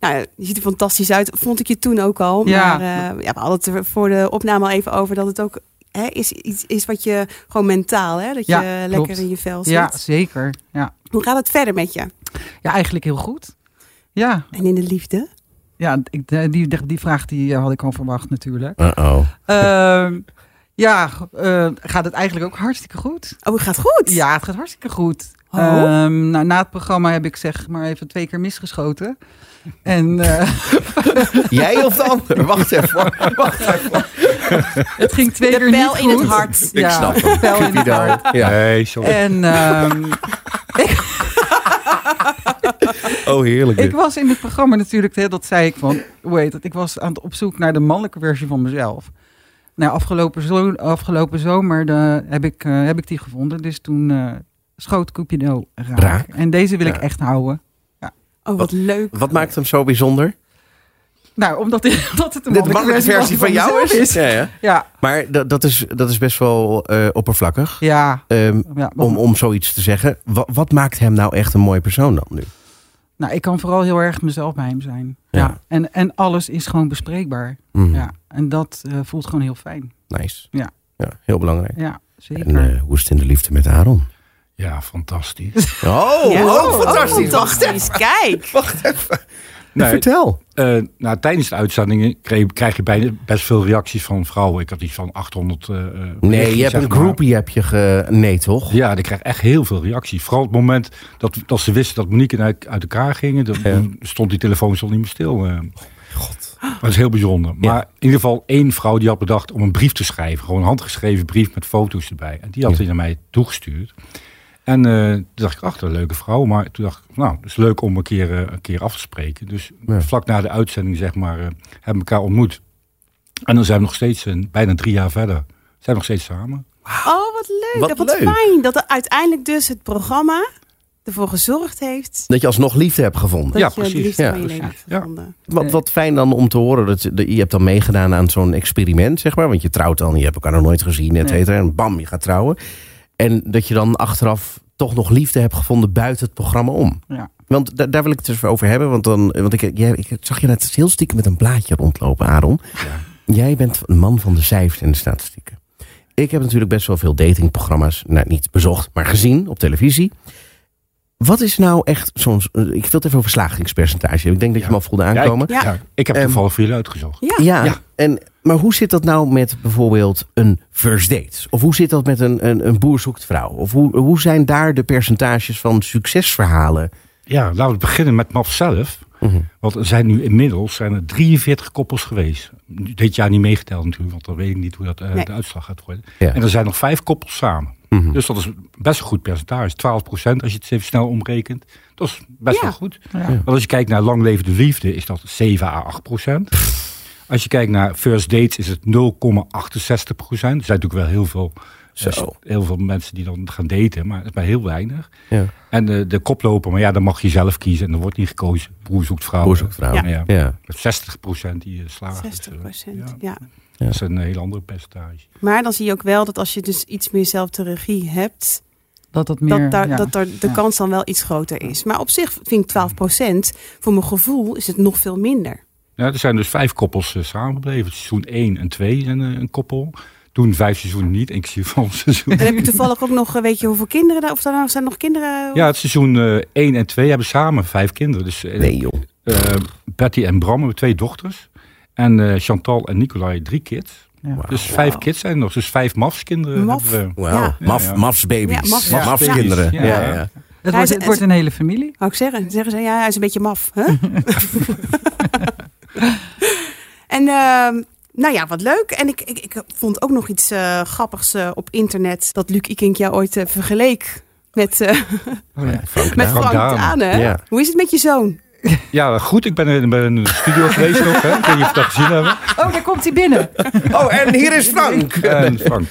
Nou, je ziet er fantastisch uit. Vond ik je toen ook al. Ja. Maar eh, ja, we hadden het er voor de opname al even over dat het ook hè, is iets is wat je gewoon mentaal, hè, dat Ja, je klopt. lekker in je vel zit. Ja, zeker. Ja. Hoe gaat het verder met je? ja, eigenlijk heel goed. Ja, En in de liefde? ja ik, eh, die, die vraag die eh, had ik al verwacht natuurlijk. Uh-oh. Ehm, ja, eh, gaat het eigenlijk ook hartstikke goed. Oh, het gaat goed. Ja, het gaat hartstikke goed. Oh. Ehm, nou, na het programma heb ik zeg maar even twee keer misgeschoten. En eh, Jij of de ander? Wacht even. Wacht even. het ging twee De keer niet pijl in het goed. hart. Ik snap de pijl in het hart. Ja. Eh. Nee, sorry. En ehm, (laughs) (laughs) Oh, heerlijk. ik was in het programma natuurlijk, hè, dat zei ik van, hoe heet het? Ik was aan het op zoek naar de mannelijke versie van mezelf. Nou, afgelopen, zo afgelopen zomer de, heb, ik, eh, heb ik die gevonden. Dus toen eh schoot Cupido raak. Raak. En deze wil ik Ja. echt houden. Oh, wat leuk. Wat maakt hem zo bijzonder? Nou, omdat, (laughs) omdat het een De mannelijke versie, van, jou is. Ja, ja. Ja, Maar dat, dat, is, dat is best wel eh, oppervlakkig. ja. Ehm, ja om, om zoiets te zeggen. Wa- wat maakt hem nou echt een mooie persoon dan nu? Nou, ik kan vooral heel erg mezelf bij hem zijn. Ja. Ja. En, en alles is gewoon bespreekbaar. Mhm. Ja. En dat eh, voelt gewoon heel fijn. Nice. Ja. ja. Heel belangrijk. Ja, zeker. En eh, hoe is het in de liefde met Aaron? (laughs) Ja, fantastisch. Oh, Ja. oh, fantastisch. Oh, fantastisch. Kijk. Nee, Vertel. eh, nou, tijdens de uitzendingen kreeg, krijg je bijna best veel reacties van vrouwen. Ik had iets van 800. eh, eh, Nee, berichtjes, je hebt zeg een maar. groupie heb je ge... Nee, toch? Ja, ik kreeg echt heel veel reacties. Vooral het moment dat, dat ze wisten dat Monique en ik uit elkaar gingen. Dan Ja. Oh dan stond die telefoon al niet meer stil. eh. Dat is heel bijzonder. Ja. Maar in ieder geval één vrouw die had bedacht om een brief te schrijven. Gewoon een handgeschreven brief met foto's erbij. En die had Ja. hij naar mij toegestuurd. En eh, toen dacht ik, ach, dat is een leuke vrouw. Maar toen dacht ik, nou, het is leuk om een keer, eh, een keer af te spreken. Dus Ja. vlak na de uitzending, zeg maar, eh, hebben we elkaar ontmoet. En dan zijn we nog steeds, eh, bijna drie jaar verder, zijn we nog steeds samen. Oh, wat leuk. Wat Wat, wat leuk. fijn dat er uiteindelijk dus het programma ervoor gezorgd heeft Dat je alsnog liefde hebt gevonden. dat Ja, je precies. het liefste Ja, van je leven precies. hebt gevonden. Eh. Wat, wat fijn dan om te horen. Dat je, je hebt dan meegedaan aan zo'n experiment, zeg maar. Want je trouwt dan, je hebt elkaar nog nooit gezien, et Nee. cetera. En bam, je gaat trouwen. En dat je dan achteraf toch nog liefde hebt gevonden buiten het programma om. Ja. Want da- daar wil ik het dus even over hebben. Want, dan, want ik, jij, ik zag je net heel stiekem met een blaadje rondlopen, Aaron. Jij bent een man van de cijfers en de statistieken. Ik heb natuurlijk best wel veel datingprogramma's, nou niet bezocht, maar gezien op televisie. Wat is nou echt zo'n... Ik wil het even over slagingspercentage. hebben. Ik denk dat je Ja. me al voelde ik- aankomen. Ja. ik heb Ehm, toevallig voor jullie uitgezocht. Ja. Ja, Ja. En, maar hoe zit dat nou met bijvoorbeeld een first date? Of hoe zit dat met een, een, een boer zoekt vrouw? Of hoe, hoe zijn daar de percentages van succesverhalen? Ja, laten we beginnen met MAP zelf. Mhm. Want er zijn nu inmiddels zijn er 43 koppels geweest. Dit jaar niet meegeteld natuurlijk, want dan weet ik niet hoe dat, eh, Nee. de uitslag gaat worden. Ja. Mhm. En er zijn nog vijf koppels samen. Dus dat is best een goed percentage. 12 als je het even snel omrekent. Dat is best Ja. wel goed. Ja. Want als je kijkt naar lang levende liefde, is dat 7 à 8 Als je kijkt naar first dates, is het 0,68 Er zijn natuurlijk wel heel veel, eh, Zo. heel veel mensen die dan gaan daten, maar het is maar heel weinig. Ja. En de, de koploper, maar ja, dan mag je zelf kiezen. En er wordt niet gekozen. Broer zoekt vrouw. Boer zoekt vrouw. Ja. Ja. Ja. Ja. Met 60% die eh, slagen. 60 Ja. ja. Dat is een heel ander percentage. Maar dan zie je ook wel dat als je dus iets meer zelf de regie hebt, Dat dat meer... dat, daar, ja. dat daar de Ja. kans dan wel iets groter is. Maar op zich vind ik 12 Voor mijn gevoel is het nog veel minder. Ja, er zijn dus vijf koppels eh, samengebleven. Seizoen 1 en 2 zijn eh, een koppel. Toen vijf seizoenen niet. En ik zie van seizoen. En heb je toevallig ook nog, eh, weet je hoeveel kinderen daar, of daar nou zijn nog kinderen? Ja, het seizoen eh 1 en 2 hebben samen vijf kinderen. Dus eh, Nee joh. eh, Betty en Bram hebben twee dochters. En eh, Chantal en Nicolai drie kids. Ja. Dus vijf kids zijn er nog. Dus vijf mafskinderen Maf. hebben we. Wauw. Ja. Maf, Ja, ja. Mafs baby's. Ja, mafs. Mafs Ja. kinderen. Ja, Ja. ja. Het, Hij wordt, is- het wordt een hele familie. Wou ik zeggen. Zeggen ze, ja, hij is een beetje maf. Hè? en ehm, nou ja, wat leuk. En ik, ik, ik vond ook nog iets eh, grappigs eh, op internet. Dat Luc Ikink jou ooit eh, vergeleek met, eh, Oh (laughs) Ja, Frank met Daan. Frank Frank Daan. Daan. Hè? Ja. Hoe is het met je zoon? Ja, goed. Ik ben in, ben in de studio geweest nog. Hè. Ik weet niet of je dat gezien hebben. Oh, daar komt hij (laughs) binnen. Oh, en hier is Frank. En Frank.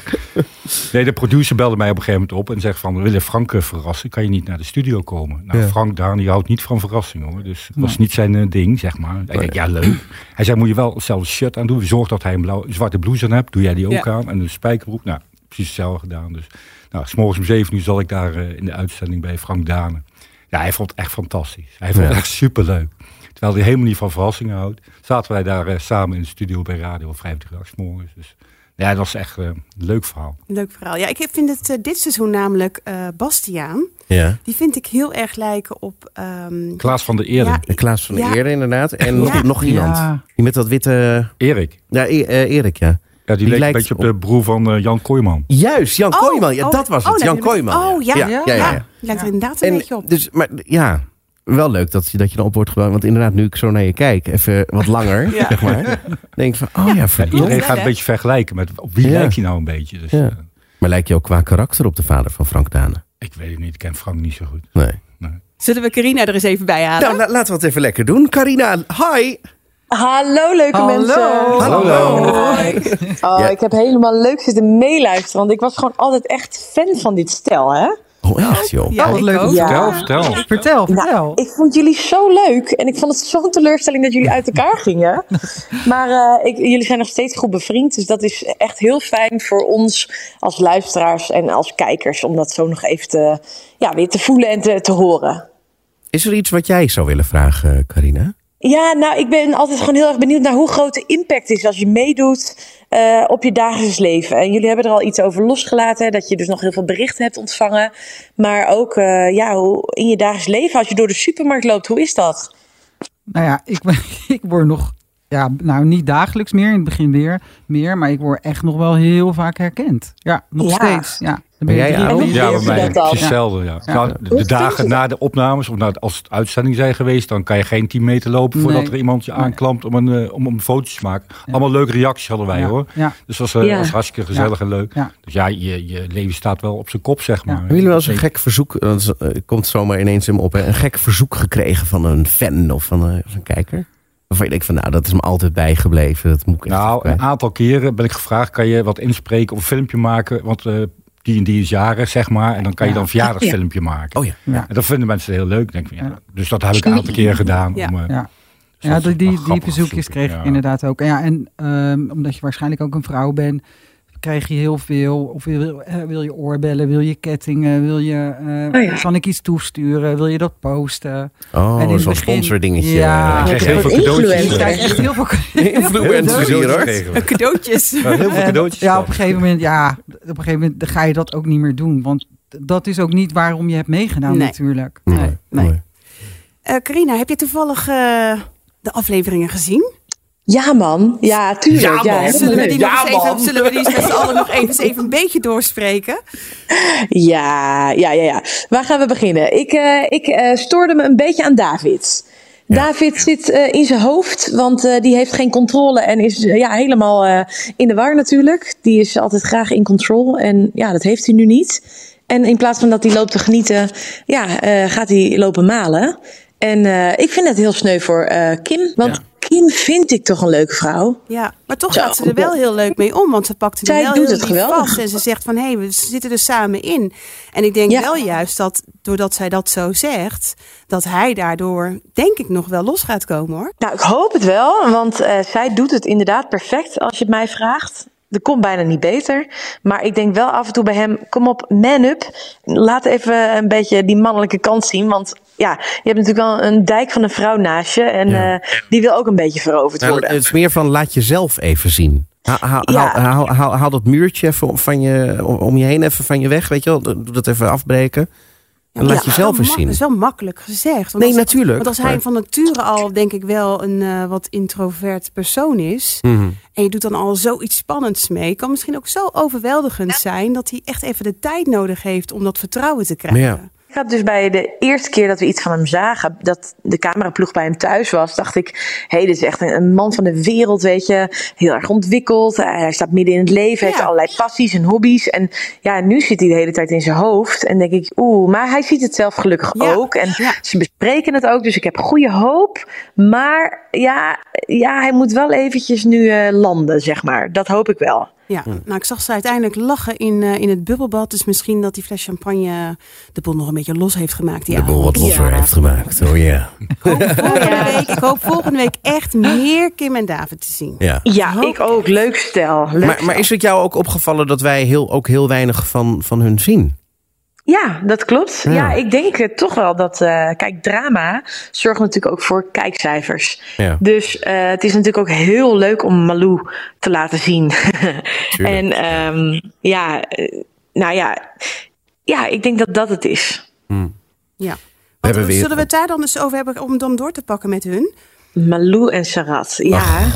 Nee, de producer belde mij op een gegeven moment op en zegt van... we willen Frank eh, verrassen, kan je niet naar de studio komen? Nou, Ja. Frank Daan, die houdt niet van verrassingen hoor. Dus dat was niet zijn eh, ding, zeg maar. Ik denk, ja, leuk. Hij zei, moet je wel hetzelfde shirt aan doen. Zorg dat hij een blauw, een zwarte blouse aan hebt. Doe jij die ook Ja. aan? En een spijkerbroek. Nou, precies hetzelfde gedaan. Dus nou, s'morgens om zeven uur zal ik daar eh, in de uitzending bij Frank Daanen. Ja, hij vond het echt fantastisch. Hij vond het echt superleuk. Terwijl hij helemaal niet van verrassingen houdt. Zaten wij daar eh, samen in de studio bij Radio 538 's morgens. Dus ja, dat was echt eh, een leuk verhaal. Leuk verhaal. Ja, ik vind het eh, dit seizoen namelijk eh, Bastiaan. Ja. Die vind ik heel erg lijken op... ehm, Klaas van der Eerde. Ja. En Klaas van Ja. der Eerde inderdaad. En Ja. nog, nog iemand. Ja. Die met dat witte... Erik. Ja, E- eh, Erik, ja. Ja, die, Die leek een lijkt beetje op de broer van eh, Jan Kooijman. Juist, Jan Oh, Kooijman. Ja, oh, dat was oh, het. daar Jan heb je hem- Kooijman. Oh, ja. Ja, ja, ja. Ja, die lijkt er inderdaad een En beetje op. dus, maar ja, wel leuk dat je, dat je dan op wordt gebouwd. Want inderdaad, nu ik zo naar je kijk, even wat langer, Ja. zeg maar. Denk ik van, oh ja, Ja, verdomme. iedereen Klopt, gaat hè? een beetje vergelijken met op wie Ja. lijkt hij nou een beetje. Dus, Ja. eh, Maar lijkt je ook qua karakter op de vader van Frank Dane? ik weet het niet, ik ken Frank niet zo goed. Nee. Zullen we Carina er eens even bij halen? Nou, la- laten we het even lekker doen. Carina, hi. Hallo leuke Hallo. mensen. Hallo. Hoi. Oh, Ja. Ik heb helemaal leuk zitten meeluisteren, want ik was gewoon altijd echt fan van dit stel, hè? Oh, echt joh. Ja, wat ik leuk om ook. te Ja. Vertel, vertel. Oh, Vertel, vertel. Nou, ik vond jullie zo leuk en ik vond het zo'n teleurstelling dat jullie uit elkaar gingen. Maar eh, ik, jullie zijn nog steeds goed bevriend, dus dat is echt heel fijn voor ons als luisteraars en als kijkers om dat zo nog even te, ja, weer te voelen en te, te horen. Is er iets wat jij zou willen vragen, eh, Carina? Ja, nou, ik ben altijd gewoon heel erg benieuwd naar hoe groot de impact is als je meedoet eh, op je dagelijks leven. En jullie hebben er al iets over losgelaten, hè, dat je dus nog heel veel berichten hebt ontvangen. Maar ook eh, ja, hoe, in je dagelijks leven, als je door de supermarkt loopt, hoe is dat? Nou ja, ik, ben- (laughs) ik word nog, ja, nou niet dagelijks meer, in het begin weer meer, maar ik word echt nog wel heel vaak herkend. Ja, nog Ja. steeds. Ja, dan Ben jij drie, oud? vier. Ja, bij Weet je mij dat al? precies Ja. hetzelfde. Ja. Ja. Nou, de- De Hoe vind dagen je na de opnames, of na, als het uitzending zijn geweest, dan kan je geen 10 meter lopen voordat Nee. er iemand je Nee. aanklampt om een, eh, om een foto te maken. Allemaal leuke reacties hadden wij ja, hoor. Ja, Dus dat was, eh, Ja. was hartstikke gezellig en leuk. ja. Dus ja, je, je leven staat wel op zijn kop, zeg maar. Hebben jullie wel eens een gek verzoek, eh, dat is, eh, komt zomaar ineens in me op, hè, een gek verzoek gekregen van een fan of van, eh, van een kijker? Waarvan je denkt van, nou, dat is me altijd bijgebleven. Dat moet ik echt even Nou, kwijt. een aantal keren ben ik gevraagd, kan je wat inspreken of een filmpje maken? Want eh, die en die is jaren, zeg maar. En dan kan je dan een verjaardagsfilmpje maken. Oh ja. (laughs) ja. En dat vinden mensen heel leuk. Denk ik, ja. Ja. Dus dat heb ik een aantal keren gedaan. Ja. Om, eh, Ja. dus Ja, dat die, is wel die, die grappig verzoekjes verzoeken. kreeg ik Ja. inderdaad ook. En Ja, en ehm, omdat je waarschijnlijk ook een vrouw bent, kreeg je heel veel. Of je wil, eh, wil je oorbellen, wil je kettingen, wil je, eh, Oh ja. kan ik iets toesturen, wil je dat posten? Oh, En in het zo'n begin- sponsordingetje. Ja. Ik kreeg heel veel Een cadeautjes. Ik influencer. krijg echt heel veel Influencers Heel veel hier, hoor. kregen we. Eh, Cadeautjes. Ja, Heel veel En cadeautjes. eh, Ja, op dan. een gegeven moment, ja, op een gegeven moment dan ga je dat ook niet meer doen. Want dat is ook niet waarom je hebt meegedaan Nee. natuurlijk. Nee, Nee. nee. nee. Eh, Carina, heb je toevallig eh, de afleveringen gezien? Ja, man. Ja, tuurlijk. Ja, zullen, helemaal we die leuk. nog eens even, zullen we die met z'n allen nog even, eens even een beetje doorspreken? Ja, ja, ja, ja. Waar gaan we beginnen? Ik, eh, ik eh, stoorde me een beetje aan David. David zit eh, in zijn hoofd, want eh, die heeft geen controle en is eh, ja, helemaal eh, in de war natuurlijk. Die is altijd graag in control en ja, dat heeft hij nu niet. En in plaats van dat hij loopt te genieten, ja, eh, gaat hij lopen malen. En eh, ik vind dat heel sneu voor eh, Kim, want Kim vind ik toch een leuke vrouw. Ja, maar toch Zo. gaat ze er wel heel leuk mee om. Want ze pakt hem Zij wel doet heel lief het geweldig. vast. En ze zegt van, hé, hey, we zitten er samen in. En ik denk Ja. wel juist dat, doordat zij dat zo zegt... dat hij daardoor, denk ik, nog wel los gaat komen, hoor. Nou, ik hoop het wel, want eh, zij doet het inderdaad perfect als je het mij vraagt. Er komt bijna niet beter. Maar ik denk wel af en toe bij hem, kom op, man up. Laat even een beetje die mannelijke kant zien. Want ja, je hebt natuurlijk wel een dijk van een vrouw naast je. En Ja. eh, die wil ook een beetje veroverd Nou, worden. het is meer van laat jezelf even zien. Ha- ha- Ja. haal- haal- haal- Haal dat muurtje even om- van je, om- om je heen, even van je weg. Weet je wel, doe dat even afbreken. En laat Ja, jezelf dat eens is wel mak- zien. Dat is wel makkelijk gezegd. Want Nee, als- natuurlijk. Want als hij maar- van nature al, denk ik wel, een eh, wat introvert persoon is... Mhm. en je doet dan al zoiets spannends mee... kan misschien ook zo overweldigend zijn... dat hij echt even de tijd nodig heeft om dat vertrouwen te krijgen. Ja. Ik had dus bij de eerste keer dat we iets van hem zagen, dat de cameraploeg bij hem thuis was, dacht ik, hé, dit is echt een, een man van de wereld, weet je. Heel erg ontwikkeld, hij, hij staat midden in het leven, heeft Ja. allerlei passies en hobby's. En ja, nu zit hij de hele tijd in zijn hoofd en denk ik, oeh, maar hij ziet het zelf gelukkig Ja, ook. En ja. ze bespreken het ook, dus ik heb goede hoop. Maar ja, ja hij moet wel eventjes nu eh, landen, zeg maar. Dat hoop ik wel. Ja, Mhm. nou ik zag ze uiteindelijk lachen in, eh, in het bubbelbad. Dus misschien dat die fles champagne de boel nog een beetje los heeft gemaakt. die De avond. bol wat losser Ja. heeft gemaakt. Oh ja. Ik hoop volgende week, ik hoop volgende week echt meer Kim en David te zien. ja. Ja, Hoop ik ook. Leuk stel. Leuk Maar, maar stel. is het jou ook opgevallen dat wij heel, ook heel weinig van, van hun zien? Ja, dat klopt. Ja, ik denk eh, toch wel dat. eh, kijk, drama zorgt natuurlijk ook voor kijkcijfers. Ja. Dus eh, het is natuurlijk ook heel leuk om Malou te laten zien. en ehm, ja, eh, nou ja. Ja, ik denk dat dat het is. Ja. Want, hebben weer- zullen we het daar dan eens over hebben om dan door te pakken met hun? Malou en Sarat. Ja.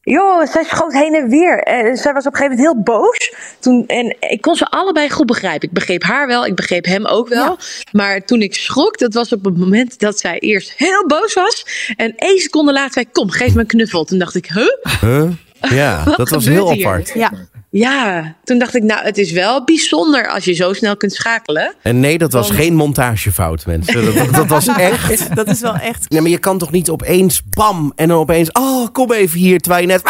Joh, zij schoot heen en weer. Eh, zij was op een gegeven moment heel boos. Toen, en ik kon ze allebei goed begrijpen. Ik begreep haar wel, ik begreep hem ook wel. Ja. Maar toen ik schrok, dat was op het moment dat zij eerst heel boos was. En één seconde later zei, kom, geef me een knuffel. Toen dacht ik, huh? Huh? Ja, Wat dat was gebeurt heel hier? apart. Ja. Ja, toen dacht ik, nou, het is wel bijzonder als je zo snel kunt schakelen. En nee, dat was geen montagefout, mensen. Dat, dat, dat (laughs) was echt... Dat is wel echt. Nee, maar je kan toch niet opeens bam en dan opeens... Oh, kom even hier, terwijl je net...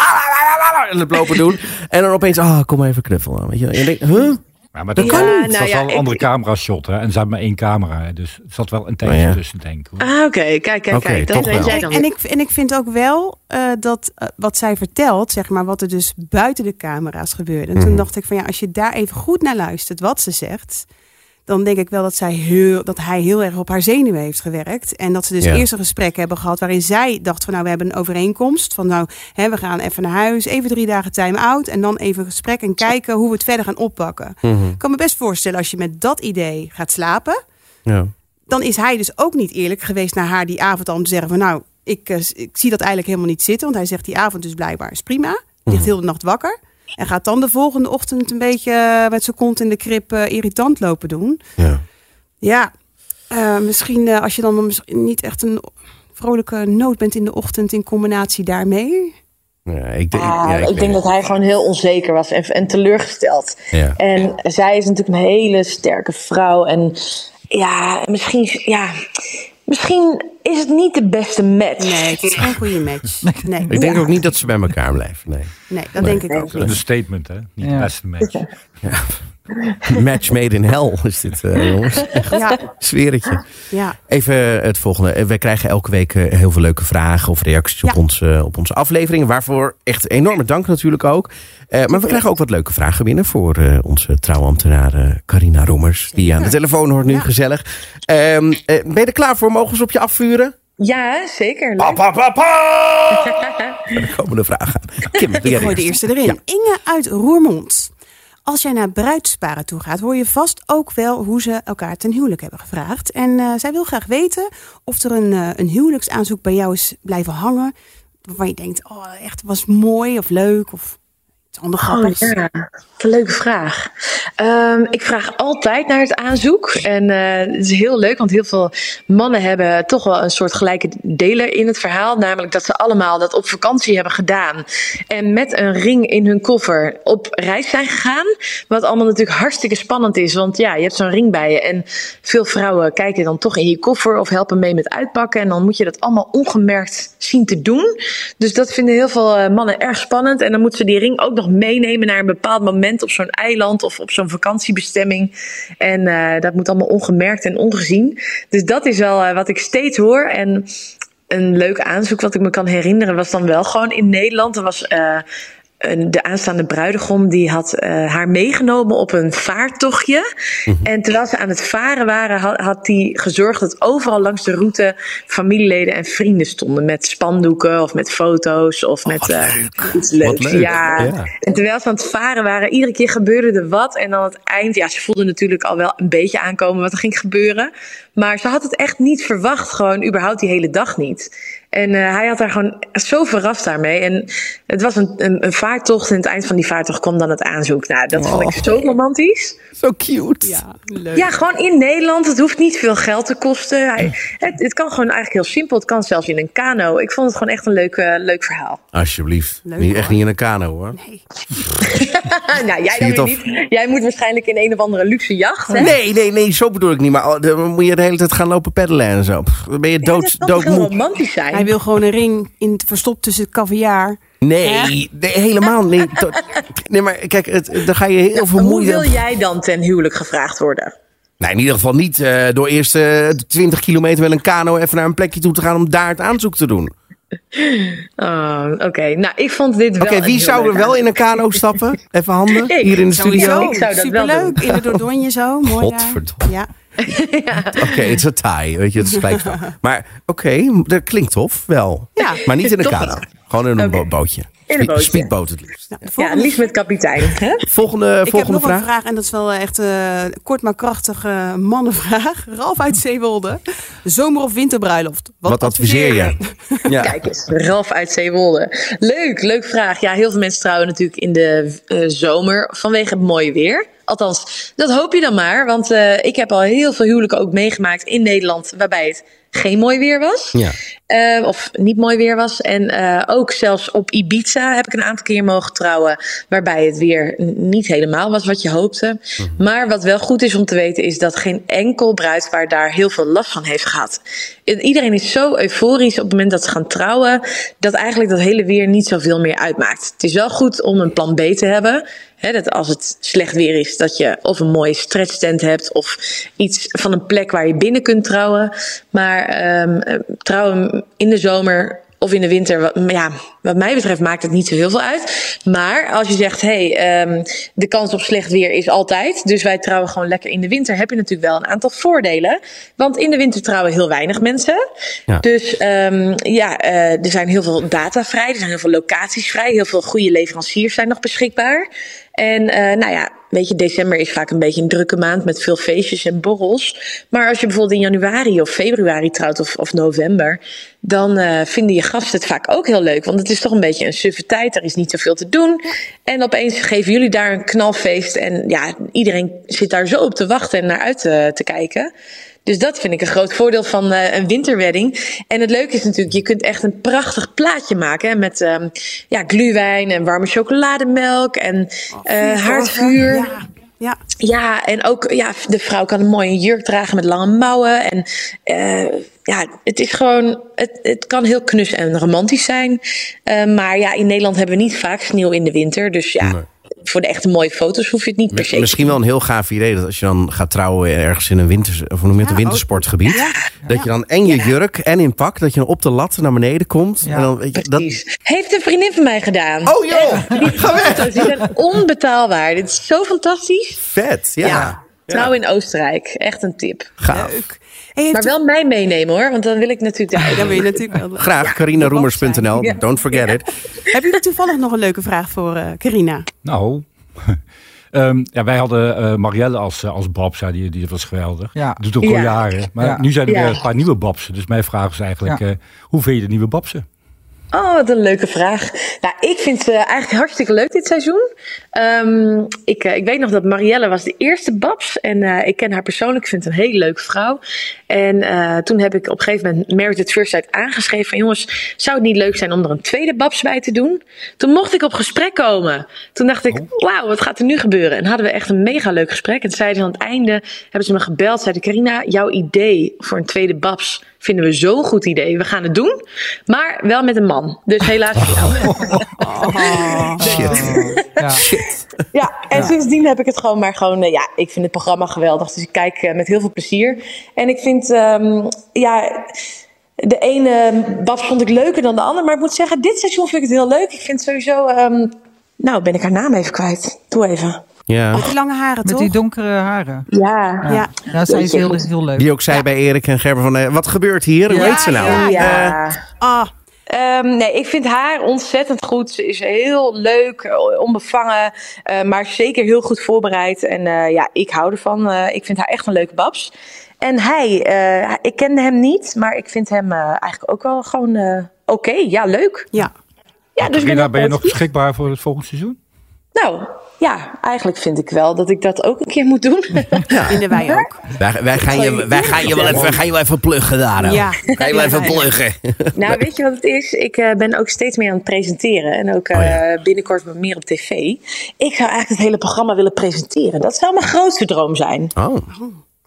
En het lopen (laughs) doen. En dan opeens... Ah, kom even knuffelen. Weet je. wel. En je denkt, huh? Ja, maar dat Ja, kan niet. nou Het was ja, wel een ik- andere camera shot. Hè? En ze had maar één camera. hè, Dus er zat wel een tijdje Oh ja. tussen, denk ik. hoor. Ah, oké, kijk, kijk, Oké, kijk. toch Dat weet wel. jij dan En ik, en ik vind ook wel eh, dat eh, wat zij vertelt, zeg maar, wat er dus buiten de camera's gebeurde. En toen dacht ik van ja, als je daar even goed naar luistert wat ze zegt, dan denk ik wel dat, zij heel, dat hij heel erg op haar zenuwen heeft gewerkt. En dat ze dus Ja. eerst een gesprek hebben gehad waarin zij dacht van nou, we hebben een overeenkomst. Van nou, hè, we gaan even naar huis, even drie dagen time-out en dan even een gesprek en kijken hoe we het verder gaan oppakken. Ik kan me best voorstellen als je met dat idee gaat slapen, Ja. dan is hij dus ook niet eerlijk geweest naar haar die avond al om te zeggen van nou, ik, eh, ik zie dat eigenlijk helemaal niet zitten. Want hij zegt die avond dus blijkbaar is prima. Mhm. Ligt heel de nacht wakker. En gaat dan de volgende ochtend een beetje eh, met zijn kont in de krip eh, irritant lopen doen. ja. Ja, eh, misschien eh, als je dan misschien niet echt een vrolijke noot bent in de ochtend in combinatie daarmee. Ja, ik, denk- Ah, ja, ik, weet denk dat het. hij gewoon heel onzeker was en, en teleurgesteld. Ja. En zij is natuurlijk een hele sterke vrouw. En ja, misschien, ja, misschien is het niet de beste match. Nee, het is geen goede match. Nee, Ik denk ook niet dat ze bij elkaar blijven. (laughs) Nee. nee dat denk ik ook Dat is niet. een statement, hè? Niet Ja. het beste match. Match made in hell is dit, eh, (laughs) jongens. Ja, Sfeertje. ja. Even het volgende. Eh, Wij krijgen elke week eh, heel veel leuke vragen of reacties op, Ja. onze, op onze afleveringen. Waarvoor echt enorme dank natuurlijk ook. Eh, maar we krijgen ook wat leuke vragen binnen voor eh, onze trouwambtenaar eh, Carina Rommers. Die aan de telefoon hoort nu Ja. gezellig. Ehm, eh, ben je er klaar voor? Mogen ze op je afvuren? Ja, zeker. Pa, pa, pa, pa! Er komen de vragen (laughs) aan. Kim, doe jij Ik gooi de eerste erin. Inge uit Roermond. Als jij naar bruidsparen toe gaat, hoor je vast ook wel hoe ze elkaar ten huwelijk hebben gevraagd. En eh, zij wil graag weten of er een, eh, een huwelijksaanzoek bij jou is blijven hangen. Waarvan je denkt, oh echt, was mooi of leuk of iets anders Oh grappigs. ja, wat een leuke vraag. Ehm, ik vraag altijd naar het aanzoek. En eh, het is heel leuk, want heel veel mannen hebben toch wel een soort gelijke deler in het verhaal. Namelijk dat ze allemaal dat op vakantie hebben gedaan. En met een ring in hun koffer op reis zijn gegaan. Wat allemaal natuurlijk hartstikke spannend is. Want ja, je hebt zo'n ring bij je. En veel vrouwen kijken dan toch in je koffer of helpen mee met uitpakken. En dan moet je dat allemaal ongemerkt zien te doen. Dus dat vinden heel veel eh, mannen erg spannend. En dan moeten ze die ring ook nog meenemen naar een bepaald moment op zo'n eiland of op zo'n vakantiebestemming. En eh, dat moet allemaal ongemerkt en ongezien. Dus dat is wel eh, wat ik steeds hoor. En een leuk aanzoek wat ik me kan herinneren was dan wel gewoon in Nederland. Er was eh, een, de aanstaande bruidegom die had eh, haar meegenomen op een vaartochtje. Mhm. En terwijl ze aan het varen waren, ha- had hij gezorgd dat overal langs de route familieleden en vrienden stonden. Met spandoeken of met foto's of met eh, iets leuks. Oh, leuk. Ja. Ja. En terwijl ze aan het varen waren, iedere keer gebeurde er wat. En dan aan het eind, ja, ze voelden natuurlijk al wel een beetje aankomen wat er ging gebeuren. Maar ze had het echt niet verwacht, gewoon überhaupt die hele dag niet. En eh, hij had haar gewoon zo verrast daarmee. En het was een, een, een vaartocht. En aan het eind van die vaartocht kwam dan het aanzoek. Nou, dat vond Oh. ik zo romantisch. Zo cute. Ja, leuk. Ja, gewoon in Nederland. Het hoeft niet veel geld te kosten. Hij, het, het kan gewoon eigenlijk heel simpel. Het kan zelfs in een kano. Ik vond het gewoon echt een leuk, eh, leuk verhaal. (laughs) Alsjeblieft. Leuk, niet, echt hoor. niet in een kano hoor. Nee. nou, jij je dan weer het niet. Jij moet waarschijnlijk in een of andere luxe jacht. Hè? Nee, nee, nee, zo bedoel ik niet. Maar al- dan moet je de hele tijd gaan lopen peddelen en zo. Pff, Dan ben je Ja, dat dood, kan toch heel doodmoe. romantisch zijn. Hij wil gewoon een ring in het verstopt tussen caviar. Nee, nee, helemaal (laughs) niet. Dat- Nee, maar kijk, het, dan ga je heel veel Hoe moeite... wil jij dan ten huwelijk gevraagd worden? Nee, in ieder geval niet eh, door eerst eh, 20 kilometer met een kano even naar een plekje toe te gaan om daar het aanzoek te doen. Oh, Oké, nou ik vond dit wel. Oké, een wie heel zou leuk er wel in een kano stappen? Even handen, Ik hier in de zou- studio. ik zou dat wel superleuk. In (laughs) de Dordogne zo. Mooi daar. Godverdomme. Ja. Oké, het is een taai, weet je, het is gelijk (laughs) zo. Maar oké, dat klinkt tof, wel. Ja, maar niet in een tof. kano, gewoon in een Oké. bo- bootje. In een bootje. Speedboot het liefst. Nou, de Ja, volgende liefst met kapitein. Hè? Volgende, Ik heb volgende nog vraag. een vraag en dat is wel echt eh, kort maar krachtige eh, mannenvraag. (laughs) Ralf uit Zeewolde. Zomer- of winterbruiloft? Wat, adviseer je? ja. Kijk eens, Ralf uit Zeewolde. Leuk, leuk vraag. Ja, heel veel mensen trouwen natuurlijk in de eh, zomer vanwege het mooie weer. Althans, dat hoop je dan maar. Want eh, ik heb al heel veel huwelijken ook meegemaakt in Nederland waarbij het geen mooi weer was. Ja. Eh, of niet mooi weer was. En eh, ook zelfs op Ibiza heb ik een aantal keer mogen trouwen. Waarbij het weer n- niet helemaal was wat je hoopte. Mhm. Maar wat wel goed is om te weten, is dat geen enkel bruidpaar daar heel veel last van heeft gehad. En Iedereen is zo euforisch op het moment dat ze gaan trouwen. Dat eigenlijk dat hele weer niet zoveel meer uitmaakt. Het is wel goed om een plan B te hebben. Hè, dat als het slecht weer is, dat je of een mooie stretchtent hebt of iets van een plek waar je binnen kunt trouwen. Maar ehm, eh, trouwen in de zomer of in de winter, wat, ja, wat mij betreft maakt het niet zo heel veel uit. Maar als je zegt, hé, hey, ehm, de kans op slecht weer is altijd, dus wij trouwen gewoon lekker in de winter, heb je natuurlijk wel een aantal voordelen. Want in de winter trouwen heel weinig mensen. Ja. Dus ehm, ja, eh, er zijn heel veel data vrij, er zijn heel veel locaties vrij, heel veel goede leveranciers zijn nog beschikbaar. En eh, nou ja, weet je, december is vaak een beetje een drukke maand met veel feestjes en borrels. Maar als je bijvoorbeeld in januari of februari trouwt of, of november, dan eh, vinden je gasten het vaak ook heel leuk. Want het is toch een beetje een suffe tijd, er is niet zoveel te doen. En opeens geven jullie daar een knalfeest en ja, iedereen zit daar zo op te wachten en naar uit eh, te, te kijken. Dus dat vind ik een groot voordeel van eh, een winterwedding. En het leuke is natuurlijk, je kunt echt een prachtig plaatje maken. Hè, met ehm ja, gluwijn en warme chocolademelk en Oh, eh (laughs) haardvuur. Ja. Ja. ja. en ook ja, de vrouw kan een mooie jurk dragen met lange mouwen. En eh, ja, het is gewoon, het, het kan heel knus en romantisch zijn. Eh, maar ja, in Nederland hebben we niet vaak sneeuw in de winter. Dus ja, voor de echte mooie foto's hoef je het niet per se te Misschien wel een heel gaaf idee dat als je dan gaat trouwen ergens in een, winters, of hoe noem je het, een Ja, oh, wintersportgebied. Ja. Dat je dan en je jurk en in pak, dat je dan op de lat naar beneden komt. Ja, en dan, weet je, dat, Precies. Heeft een vriendin van mij gedaan. Oh, joh. Echt, Die foto's die zijn onbetaalbaar. Dit is zo fantastisch. vet, ja. Trouw in Oostenrijk. Echt een tip. Gaaf. Leuk. Hey, heeft Maar (laughs) wel mij meenemen hoor, want dan wil ik natuurlijk... u- Dan wil je natuurlijk wel. Graag, carinaroemers.nl. Oh, Don't forget it. Hebben jullie toevallig nog een leuke vraag voor eh, Carina? Nou, (laughs) ehm, ja, wij hadden eh, Marielle als, eh, als babs. Ja, die, die was geweldig. Ja. Doet ook al Ja. jaren. Maar Ja. nu zijn er Ja. weer een paar nieuwe babsen. Dus mijn vraag is eigenlijk, Ja. eh, hoe vind je de nieuwe babsen? Oh, wat een leuke vraag. Nou, ik vind het eigenlijk hartstikke leuk dit seizoen. Ehm, ik, eh, ik weet nog dat Marielle was de eerste babs. En eh, ik ken haar persoonlijk. Ik vind het een hele leuke vrouw. En eh, toen heb ik op een gegeven moment Married at First Sight aangeschreven. Van, jongens, zou het niet leuk zijn om er een tweede babs bij te doen? Toen mocht ik op gesprek komen. Toen dacht ik, wauw, wat gaat er nu gebeuren? En hadden we echt een mega leuk gesprek. En zeiden ze aan het einde, hebben ze me gebeld. Zeiden, Carina, jouw idee voor een tweede babs vinden we zo'n goed idee. We gaan het doen, maar wel met een man. Dus helaas voor jou. Oh. Shit. Ja. Ja, en sindsdien heb ik het gewoon maar gewoon... eh, ja, ik vind het programma geweldig, dus ik kijk eh, met heel veel plezier. En ik vind, ehm, ja... De ene babs vond ik leuker dan de ander. Maar ik moet zeggen, dit seizoen vind ik het heel leuk. Ik vind sowieso... ehm, nou, ben ik haar naam even kwijt. Doe even. Ja. Met die lange haren, Met toch? die donkere haren. Ja. Ja, Ja. ja. zij is heel, heel leuk. Die ook zei bij Erik en Gerber van, eh, wat gebeurt hier? Hoe Ja, heet ze nou? ja, Eh, Ah, Ehm, nee, ik vind haar ontzettend goed. Ze is heel leuk, eh, onbevangen, eh, maar zeker heel goed voorbereid. En eh, ja, ik hou ervan. Eh, ik vind haar echt een leuke babs. En hij, eh, ik kende hem niet, maar ik vind hem eh, eigenlijk ook wel gewoon eh, oké. Ja, leuk. Ja. Ja, dus ik Rina, heel ben je nog positief. beschikbaar voor het volgende seizoen? Nou, ja, eigenlijk vind ik wel dat ik dat ook een keer moet doen. (laughs) Vinden wij ook. Wij, wij, gaan, je, wij, gaan, je wel even, wij gaan je wel even pluggen daar. hoor. Ja. Ga je wel even Ja, ja. pluggen. Nou, weet je wat het is? Ik eh, ben ook steeds meer aan het presenteren. En ook Oh ja. eh, binnenkort meer op tv. Ik zou eigenlijk het hele programma willen presenteren. Dat zou mijn grootste droom zijn. Oh.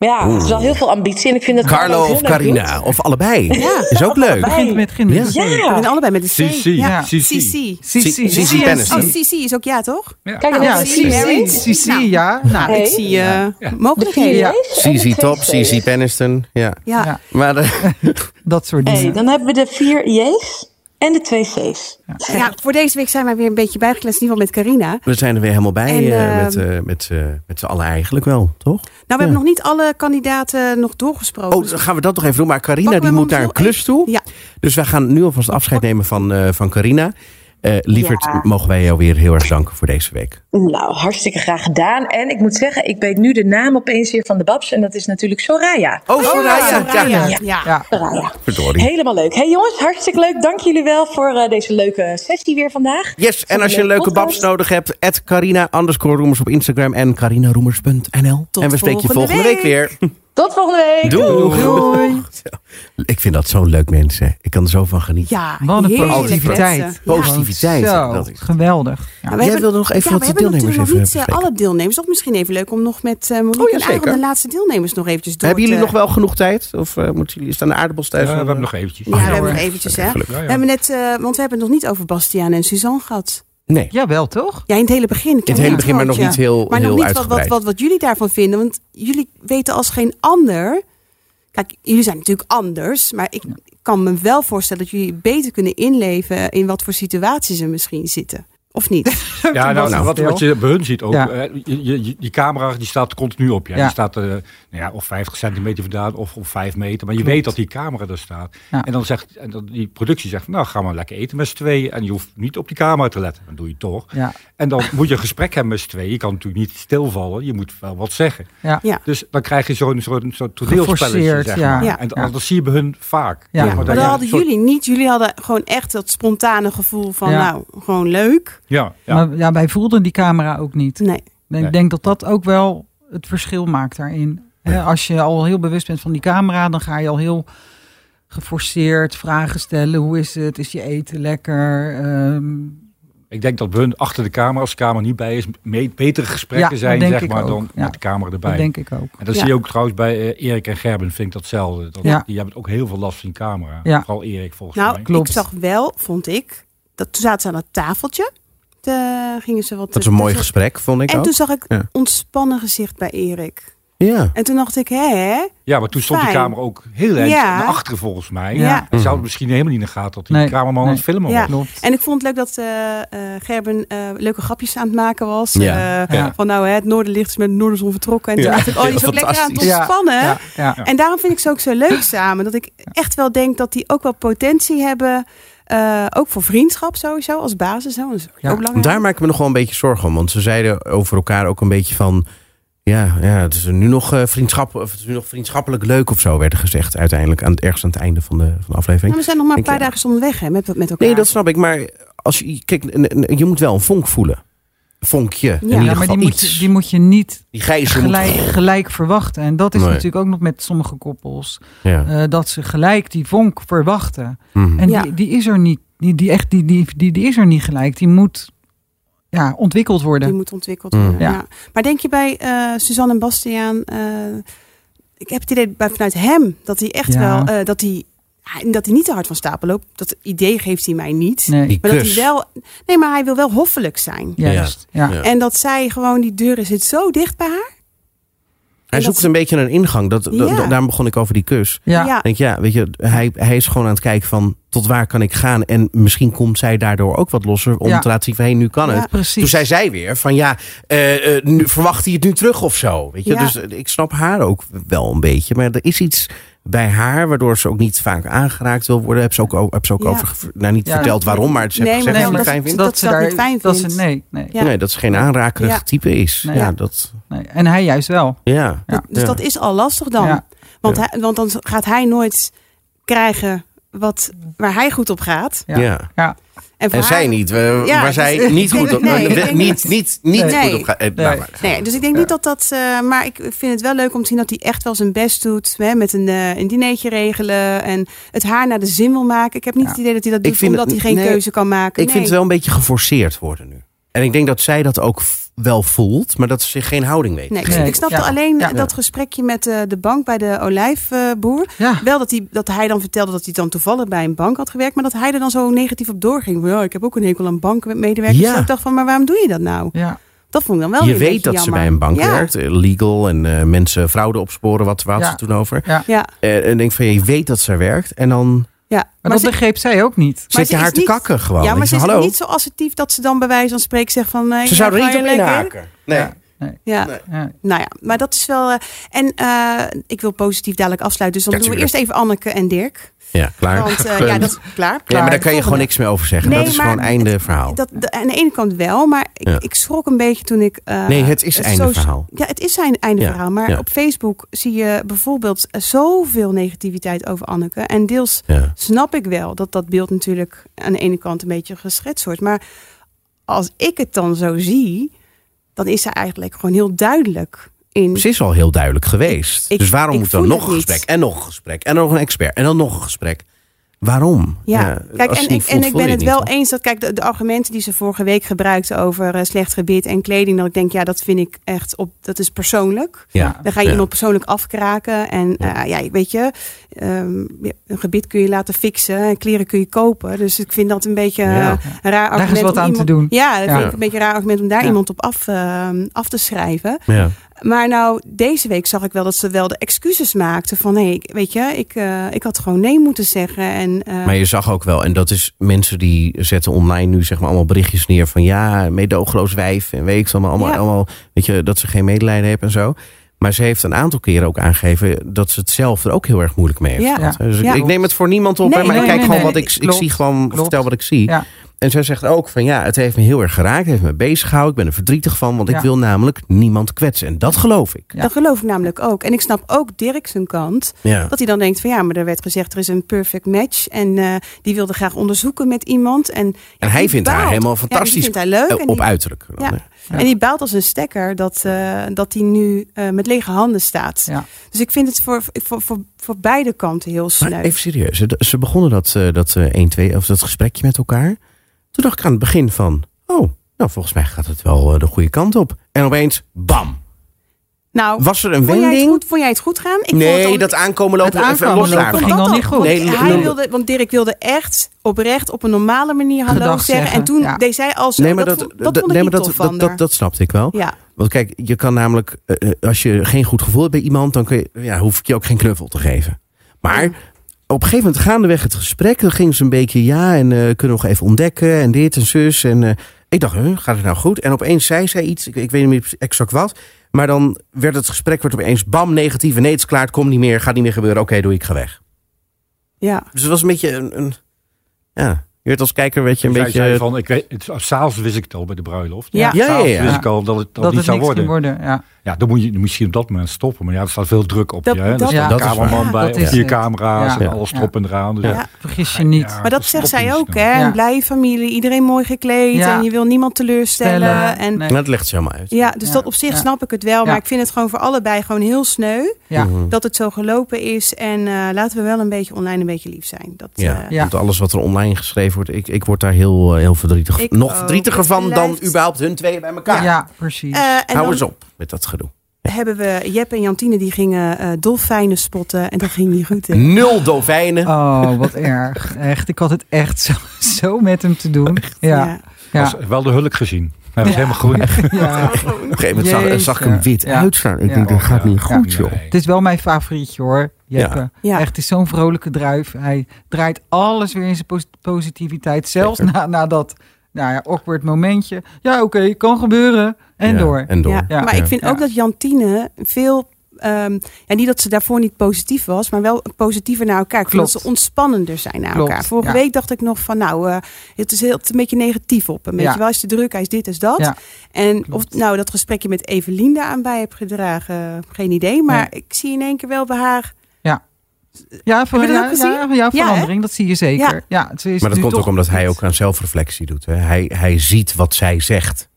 Ja, het is wel heel veel ambitie. En ik vind dat Carlo Carlo heel of leuk doet. Carina. Of allebei. Is ook leuk. Begint met begint met Ja. C. We Ja, zijn allebei met een C. CC. Ja. CC. CC. Sissi. Sissi Sissi en Pennissen. Oh, Ja. CC is ook ja, toch? kijk Ja, nou, Sissi. Sissi. Sissi, ja. Nou, Hey. Ik zie eh, De vier mogelijkheden. Ja. J's en de CC twee Top, C's. CC Penniston. Ja. Ja. Ja. Maar eh, (laughs) de- dat soort Hey, dingen. dan hebben we de vier J's en de twee C's. Ja, voor deze week zijn wij weer een beetje bijgekletst, in ieder geval met Carina. we zijn er weer helemaal bij En, eh, ehm, met, eh, met, eh, met z'n allen eigenlijk wel, toch? Nou, we Ja. hebben nog niet alle kandidaten nog doorgesproken. Oh, Dus dan gaan we dat nog even doen. Maar Pakken Carina we die hem moet naar een zo klus even- toe. Ja. Dus wij gaan nu alvast afscheid nemen van, eh, van Carina. Eh Lieverd, Ja. mogen wij jou weer heel erg danken voor deze week. Nou, hartstikke graag gedaan. En ik moet zeggen, ik weet nu de naam opeens weer van de babs. En dat is natuurlijk Soraya. Oh, Soraya. Soraya. Ja, Ja. Ja. Soraya. verdorie. Helemaal leuk. Hey jongens, hartstikke leuk. Dank jullie wel voor eh, deze leuke sessie weer vandaag. Yes, en als je een leuke babs podcast. nodig hebt, at Carina underscore Roemers op Instagram en carinaroemers.nl. Tot En we spreken je volgende volgende week, week. weer. Tot volgende week. Doei. Ik vind dat zo'n leuk mensen. Ik kan er zo van genieten. Ja, Wat een heerlijk positiviteit. kletsen. Ja. Positiviteit. Zo, dat is- geweldig. Ja. Jij Nou, hebben- wilde nog even ja, wat de we hebben deelnemers natuurlijk nog even niet eh, bespreken. alle deelnemers. Of misschien even leuk om nog met eh Monique Oh, ja, en Aaron zeker. de laatste deelnemers nog eventjes door Hebben jullie te- nog wel genoeg tijd? Of eh, moeten jullie, staan de aardappels Ja, thuis? we hebben nog eventjes. Oh, Ja, we ja, hebben hoor. nog eventjes, hè. Gelukkig. Ja, ja. We hebben net, eh, want we hebben het nog niet over Bastiaan en Suzanne gehad. Nee. Jawel, toch? Ja, in het hele begin. In het hele begin, maar nog Ja. niet heel, Maar heel nog niet wat, wat, uitgebreid. wat, wat jullie daarvan vinden. Want jullie weten als geen ander. Kijk, jullie zijn natuurlijk anders. Maar ik kan me wel voorstellen dat jullie beter kunnen inleven. in wat voor situaties ze misschien zitten. Of (laughs) niet? Ja, nou, wat, wat je bij hun ziet ook. Ja. eh, je, je- je- die camera die staat continu op je. Ja. Die staat eh, nou ja, of 50 centimeter vandaan of op 5 meter. Maar je weet dat die camera er staat. Ja. En dan zegt en dan die productie zegt, nou ga maar lekker eten met z'n tweeën. En je hoeft niet op die camera te letten. Dan doe je het toch. Ja. En dan moet je een gesprek hebben met z'n tweeën. Je kan natuurlijk niet stilvallen. Je moet wel wat zeggen. Ja. Ja. Dus dan krijg je zo'n zo'n zo'n toneelspelletje. Geforceerd, Zeg ja. maar. Ja. En dat, dat zie je bij hun vaak. Ja. Zeg Maar Maar dat dat je hadden een soort- jullie niet. Jullie hadden gewoon echt dat spontane gevoel van. Ja. nou, gewoon leuk. Ja, ja. Maar ja, wij voelden die camera ook niet. Nee. En Nee. Ik denk dat dat ook wel het verschil maakt daarin. Hè, Als je al heel bewust bent van die camera, dan ga je al heel geforceerd vragen stellen. Hoe is het? Is je eten lekker? Ehm, Ik denk dat we hun achter de camera, als de camera niet bij is, me- betere Ja, gesprekken dat zijn denk zeg ik maar, ook. dan Ja. met de camera erbij. dat denk ik ook. En dat Ja. zie je ook trouwens bij eh, Erik en Gerben, vind ik datzelfde. Dat, Ja. Die hebben ook heel veel last van die camera. Ja. Vooral Erik volgens Nou, mij. Klopt. ik zag wel, vond ik. Dat, toen zaten ze aan het tafeltje. Toen gingen ze wat. Dat is een mooi dus- gesprek, vond ik En ook. toen zag ik Ja. ontspannen gezicht bij Erik. ja. En toen dacht ik, hè? Ja, maar toen stond die Fijn. camera ook heel erg Ja. naar achteren volgens mij. Ja. En Ze hadden misschien helemaal niet in de gaten dat die Nee, cameraman aan het filmen Ja. was. Klopt. En ik vond het leuk dat eh, eh, Gerben eh, leuke grapjes aan het maken was. Ja. Eh, Ja. Van nou, hè, het noorderlicht is met de noorderzon vertrokken. En toen Ja. dacht ik, oh, die is ook lekker aan het Fantastisch. ontspannen. Ja, ja, ja. En daarom vind ik ze ook zo leuk samen. Dat ik echt wel denk dat die ook wel potentie hebben. eh, ook voor vriendschap sowieso, als basis. Hè, want dat is Ja. ook belangrijk. Daar maak ik me nog wel een beetje zorgen om. Want ze zeiden over elkaar ook een beetje van... Ja, ja het, is nu nog, eh, vriendschap, of het is nu nog vriendschappelijk leuk of zo, werd er gezegd. Uiteindelijk, aan, het- ergens aan het einde van de, van de aflevering. Nou, we zijn nog maar een Denk paar je- dagen soms weg hè, met, met elkaar. Nee, dat snap ik. Maar als je, kijk, n- n- je moet wel een vonk voelen. Vonkje. in ieder Ja, maar geval die moet, iets. je, die moet je niet Die gijzel moet- gelijk, gelijk verwachten. En dat is Nee. natuurlijk ook nog met sommige koppels. Ja. eh, dat ze gelijk die vonk verwachten. Mhm. En Ja. die, die is er niet. Die, die, echt, die, die, die, die is er niet gelijk. Die moet ja, ontwikkeld worden. Die moet ontwikkeld worden. Ja. Ja. Maar denk je bij eh, Suzanne en Bastiaan, eh, ik heb het idee bij, vanuit hem dat hij echt Ja. wel, eh, dat hij hij- dat hij niet te hard van stapel loopt. Dat idee geeft hij mij niet. Nee, Die Maar dat hij kus. wel, nee, maar hij wil wel hoffelijk zijn. juist. Ja. Ja. En dat zij gewoon, die deur zit zo dicht bij haar. Hij En dat- zoekt een beetje een ingang. Dat, dat- Ja. da- daarom begon ik over die kus. Ja. Ik denk, ja, weet je, hij, hij is gewoon aan het kijken van tot waar kan ik gaan. En misschien komt zij daardoor ook wat losser om Ja. te laten zien van hé, nu kan Ja. het. Toen Precies. zei zij weer van ja, eh, eh, nu, verwacht hij het nu terug of zo. Weet je? Ja. Dus eh, ik snap haar ook wel een beetje. Maar er is iets bij haar waardoor ze ook niet vaak aangeraakt wil worden. Heb ze ook, o- heb ze ook Ja. over, gev- nou niet Ja. verteld waarom, maar ze Nee, heeft maar gezegd nee, dat ze het maar fijn dat- vindt. dat ze dat niet fijn dat ze, vindt. nee, nee, Ja. Nee, dat ze geen aanrakerig Ja. type is. Nee. Ja, Ja. dat, nee. En hij juist wel. ja. Dus Ja. dat is al lastig dan. Ja. Want, hij, want dan gaat hij nooit krijgen wat, waar hij goed op gaat. Ja. Ja. Ja. En, voor En haar- zij niet, eh, Ja, waar dus- zij niet goed op, Nee, ik denk niet, niet, niet Nee. goed op gaat. eh, Nee. laat maar. Nee, dus ik denk niet dat dat. eh, maar ik vind het wel leuk om te zien dat hij echt wel zijn best doet. Hè, met een, eh een dinertje regelen. En het haar naar de zin wil maken. Ik heb niet Ja. het idee dat hij dat Ik doet vind omdat het- hij geen nee, keuze kan maken. Ik vind Nee. het wel een beetje geforceerd worden nu. En ik denk dat zij dat ook f- wel voelt, maar dat ze zich geen houding weet. Nee, ik, Nee. ik snapte Ja. alleen Ja. dat gesprekje met eh, de bank bij de olijfboer. Ja. Wel dat hij, dat hij dan vertelde dat hij dan toevallig bij een bank had gewerkt. Maar dat hij er dan zo negatief op doorging. Van, Ja, ik heb ook een hekel aan bankenmedewerkers. Ja. Dus ik dacht van, maar waarom doe je dat nou? Ja. Dat vond ik dan wel je weer een weet beetje dat ze jammer. bij een bank ja. werkt, eh, legal en eh, mensen fraude opsporen, wat waar had Ja. ze het toen over. Ja, Eh, en denk van, je weet dat ze werkt en dan ja. Maar, Maar dat ze- begreep zij ook niet. zet ze je haar is te niet- kakken gewoon. Ja, Ik maar ze zeg, is hallo. niet zo assertief dat ze dan bij wijze van spreken zegt van... eh, ze ja, zou er ga niet je op lekker? inhaken. Nee. Ja. Nee. Ja. Ja. nou ja, maar dat is wel... eh, en eh, ik wil positief dadelijk afsluiten. Dus dan Ja, doen we tuurlijk. eerst even Anneke en Dirk. Ja, klaar. Want (laughs) eh, Punt. ja, dat is klaar. Ja, maar daar kan je Volgende. gewoon niks meer over zeggen. Nee, dat is maar gewoon einde verhaal. Dat, de- aan de ene kant wel, maar ik, Ja. ik schrok een beetje toen ik... eh, Nee, het is einde soci- verhaal. Ja, het is zijn einde Ja, verhaal. Maar ja. op Facebook zie je bijvoorbeeld eh, zoveel negativiteit over Anneke. En deels Ja. snap ik wel dat dat beeld natuurlijk aan de ene kant een beetje geschetst wordt. Maar als ik het dan zo zie, dan is ze eigenlijk gewoon heel duidelijk in. Ze is al heel duidelijk geweest. Ik- dus waarom ik moet dan voel nog het een niet. gesprek en nog een gesprek en nog een expert en dan nog een gesprek? Waarom? Ja, kijk, als je het niet en, ik- voelt, en ik voel ben je het niet, wel hè? eens dat, kijk, de, de argumenten die ze vorige week gebruikte over eh, slecht gebit en kleding, dat ik denk, ja, dat vind ik echt op, dat is persoonlijk. Ja. Dan ga je Ja. iemand persoonlijk afkraken. En eh, ja, weet je, ehm, ja, een gebit kun je laten fixen. En kleren kun je kopen. Dus ik vind dat een beetje eh, Ja. een raar argument. is wat om aan te iemand- doen. Ja, dat Ja. vind ik een beetje een raar argument om daar Ja. iemand op af, ehm, af te schrijven. Ja. Maar nou, deze week zag ik wel dat ze wel de excuses maakten. Van, hé, ik- weet je, ik, eh, ik had gewoon nee moeten zeggen. En, eh, Maar je zag ook wel, en dat is mensen die zetten online nu zeg maar allemaal berichtjes neer van ja, meedogenloos wijf en weet ik het allemaal, allemaal, Ja. allemaal, weet je, dat ze geen medelijden heeft en zo. Maar ze heeft een aantal keren ook aangegeven dat ze het zelf er ook heel erg moeilijk mee heeft. Ja. gehad. Dus ik- Ja. ik, neem het voor niemand op, Nee, hè, maar nee, ik kijk nee, gewoon nee. wat ik, ik Klopt. zie, gewoon Klopt. vertel wat ik zie. Ja. En zij zegt ook van ja, het heeft me heel erg geraakt, het heeft me bezig gehouden, ik ben er verdrietig van, want ik Ja. wil namelijk niemand kwetsen. En dat geloof ik. Ja. Dat geloof ik namelijk ook. En ik snap ook Dirk zijn kant. Ja. Dat hij dan denkt van ja, maar er werd gezegd er is een perfect match. En eh, die wilde graag onderzoeken met iemand. En, En hij die vindt haar baalt. helemaal Ja, die fantastisch. vindt hij leuk. Eh, en, op die, uiterlijk. dan, Ja. hè. en die baalt als een stekker dat, eh, dat hij nu eh, met lege handen staat. Ja. Dus ik vind het voor, voor, voor, voor beide kanten heel sneu. Maar even serieus, ze- ze begonnen dat, eh, dat eh, 1, 2, of dat gesprekje met elkaar. Toen dacht ik aan het begin van, oh, nou volgens mij gaat het wel eh, de goede kant op. En opeens, bam, nou, was er een vond jij, het wending. goed, vond jij het goed gaan? Ik vond het Nee, dan- dat aankomen lopen Het even aankomen los lopen daarvan. ging al dat niet goed. Nee, Want, hij nee. wilde, want Dirk wilde echt oprecht op een normale manier hallo Gedag zeggen. zeggen, En toen ja. deed zij al zo. Nee, maar dat, vond- dat, vond ik nee, maar niet dat, tof dat, van dat, haar. dat, snapte ik wel. Ja. Want kijk, je kan namelijk, eh, eh, als je geen goed gevoel hebt bij iemand, dan kun je, ja, hoef ik je ook geen knuffel te geven. Maar op een gegeven moment gaandeweg het gesprek, dan gingen ze een beetje ja en eh, kunnen we nog even ontdekken en dit en zus. En eh, ik dacht, huh, gaat het nou goed? En opeens zei zij iets, ik, ik weet niet meer exact wat. Maar dan werd het gesprek werd opeens bam negatief. En nee, het is klaar, het komt niet meer, gaat niet meer gebeuren. Oké, doe ik ga weg. ja. Dus het was een beetje een, een- ja, je werd als kijker werd je een Zij beetje... zei van, ik weet, het, oh, s'avonds wist ik het al bij de bruiloft. Ja. ja, ja, S'avonds ja. wist ik al dat het dat Dat niet het zou niks worden. ging worden. Ja. Ja, dan moet je misschien op dat moment stoppen. Maar ja, er staat veel druk op Dat- je. Hè? Er dat- staat Ja, een dat is cameraman waar. bij, Dat of is vier het. camera's Ja. en alles Ja. erop en eraan. Dus Ja. ja. Vergis je niet. Ja. Maar dat dat zegt klopt zij niet, ook, nee. hè? Ja. Een blije familie, iedereen mooi gekleed Ja. en je wil niemand teleurstellen. Stellen. En, Nee. Maar dat legt ze helemaal uit. Ja, dus Ja. dat op zich Ja. snap ik het wel, maar Ja. ik vind het gewoon voor allebei gewoon heel sneu Ja. Mhm. dat het zo gelopen is. En eh, laten we wel een beetje online een beetje lief zijn. Dat, Ja, eh, Ja. want alles wat er online geschreven wordt, ik, ik word daar heel, eh, heel verdrietig van. Ik Nog ook. verdrietiger Het van dan blijft- überhaupt hun tweeën bij elkaar. Ja, precies. eh, en Hou dan eens op met dat gedoe. hebben we Jep en Jantine die gingen eh, dolfijnen spotten en dat ging niet goed. hè? Nul dolfijnen. Oh, wat erg. Echt, ik had het echt zo, zo met hem te doen. Ja, ja, Was wel de hulk gezien. Hij was helemaal groen. ja. Op een gegeven moment zag- Jeetje. zag, ik hem wit Ja. uitstaan. Ik Ja. denk, dat gaat Ja. niet Ja. goed, joh. Nee. Het is wel mijn favorietje hoor, Jeppe. Ja. Ja. Echt, het is zo'n vrolijke druif. Hij draait alles weer in zijn pos- positiviteit. Zelfs Zeker. na, na dat nou ja, awkward momentje. Ja, oké, kan gebeuren. En Ja, door. En door. Ja, Ja. maar Ja. ik vind Ja. ook dat Jantine veel. ehm en niet dat ze daarvoor niet positief was, maar wel positiever naar elkaar. Ik vind Klopt. dat ze ontspannender zijn naar Klopt, elkaar. Vorige ja. week dacht ik nog van, nou, eh, het is heel, het is een beetje negatief op. Een beetje Ja. wel is te druk, hij is dit, is dat. Ja. En of Klopt. nou dat gesprekje met Evelien daar aan bij heb gedragen, geen idee. Maar Ja. ik zie in één keer wel bij haar Ja, voor, Heb je dat ja, ook gezien? ja, ja, verandering, dat zie je zeker. Ja. Ja. het is Maar dat nu komt ook toch- omdat hij ook aan zelfreflectie doet. Hè? Hij, hij ziet wat zij zegt.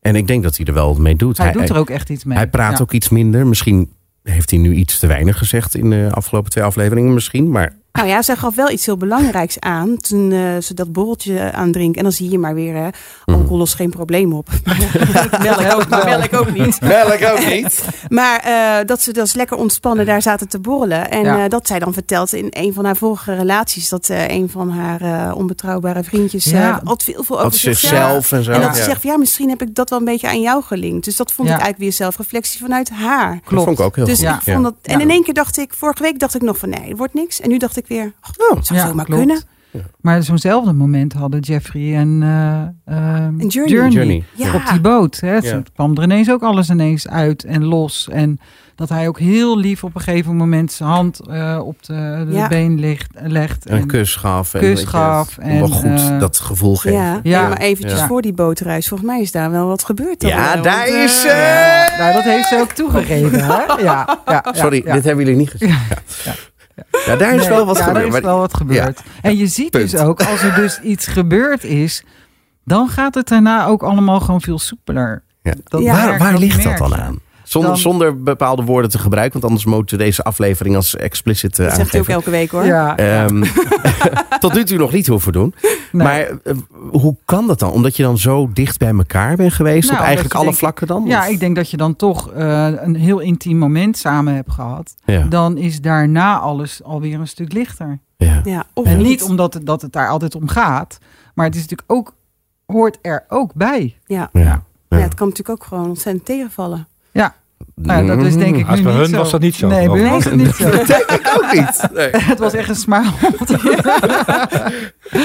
En ik denk dat hij er wel mee doet. Hij, doet er ook echt iets mee. hij praat Ja. ook iets minder. Misschien heeft hij nu iets te weinig gezegd in de afgelopen twee afleveringen. Misschien, maar Oh, Nou ja, zij gaf wel iets heel belangrijks aan toen eh, ze dat borreltje aandrinkt. En dan zie je maar weer, hè, Mhm. alcohol lost geen probleem op. melk, ook, melk ook niet. Melk ook niet. Maar eh, dat ze dus lekker ontspannen daar zaten te borrelen. En Ja. eh, dat zij dan vertelt in een van haar vorige relaties... dat eh, een van haar eh, onbetrouwbare vriendjes eh Ja. had veel, veel over Wat zichzelf. zichzelf en zo. En dat ze ja. zegt, ja, misschien heb ik dat wel een beetje aan jou gelinkt. Dus dat vond Ja. ik eigenlijk weer zelfreflectie vanuit haar. Dat vond ik ook heel Dus goed. Ja. ik vond dat, en in één keer dacht ik, vorige week dacht ik nog van nee, er wordt niks. En nu dacht ik weer, oh, het zou Ja, zomaar klopt. kunnen. Maar zo'nzelfde moment hadden Jeffrey en eh, ehm, En Ah, Journey. Journey. Ja. Op die boot. Hè. Ja. Toen kwam er ineens ook alles ineens uit en los. En dat hij ook heel lief op een gegeven moment zijn hand eh, op de, de Ja. been ligt, legt. En een kus gaf. en kus weet je, gaf om wel en, goed eh, dat gevoel geven. Ja, Ja. ja, maar eventjes Ja. voor die bootreis. Volgens mij is daar wel wat gebeurd. dan Ja, wel, daar want, eh, is ze. Ja, nou, dat heeft ze ook toegegeven. Hè? Ja, ja, ja, Sorry, ja. dit hebben jullie niet gezien. Ja, Ja, daar is Nee, wel wat ja, gebeurd. Er is maar- wel wat gebeurd. En je ziet dus Punt. ook, als er (laughs) dus iets gebeurd is, dan gaat het daarna ook allemaal gewoon veel soepeler. Ja. Dat Ja. waar merk- waar dat ligt dat merk dan je. aan? Zonder, Dan- zonder bepaalde woorden te gebruiken, want anders moeten we deze aflevering als explicit eh, Dat zegt hij ook aangeven. elke week hoor. Ja, Ehm, (laughs) tot nu toe nog niet hoeven doen. nee. Maar eh, hoe kan dat dan? Omdat je dan zo dicht bij elkaar bent geweest Nou, op eigenlijk dat je alle denkt- vlakken dan? ja, Of- ik denk dat je dan toch eh, een heel intiem moment samen hebt gehad. Ja. Dan is daarna alles alweer een stuk lichter. Ja. Ja, of En niet omdat het, dat het daar altijd om gaat, maar het is natuurlijk ook, hoort er ook bij. Ja. Ja. Ja, het kan natuurlijk ook gewoon ontzettend tegenvallen. Ja, nou, dat is denk ik Mm. Als nu bij niet hun zo. was dat niet zo, Nee, bij geloof hun was ik. (laughs) het niet zo. ik ook niet. Nee. (laughs) het was echt een smaal.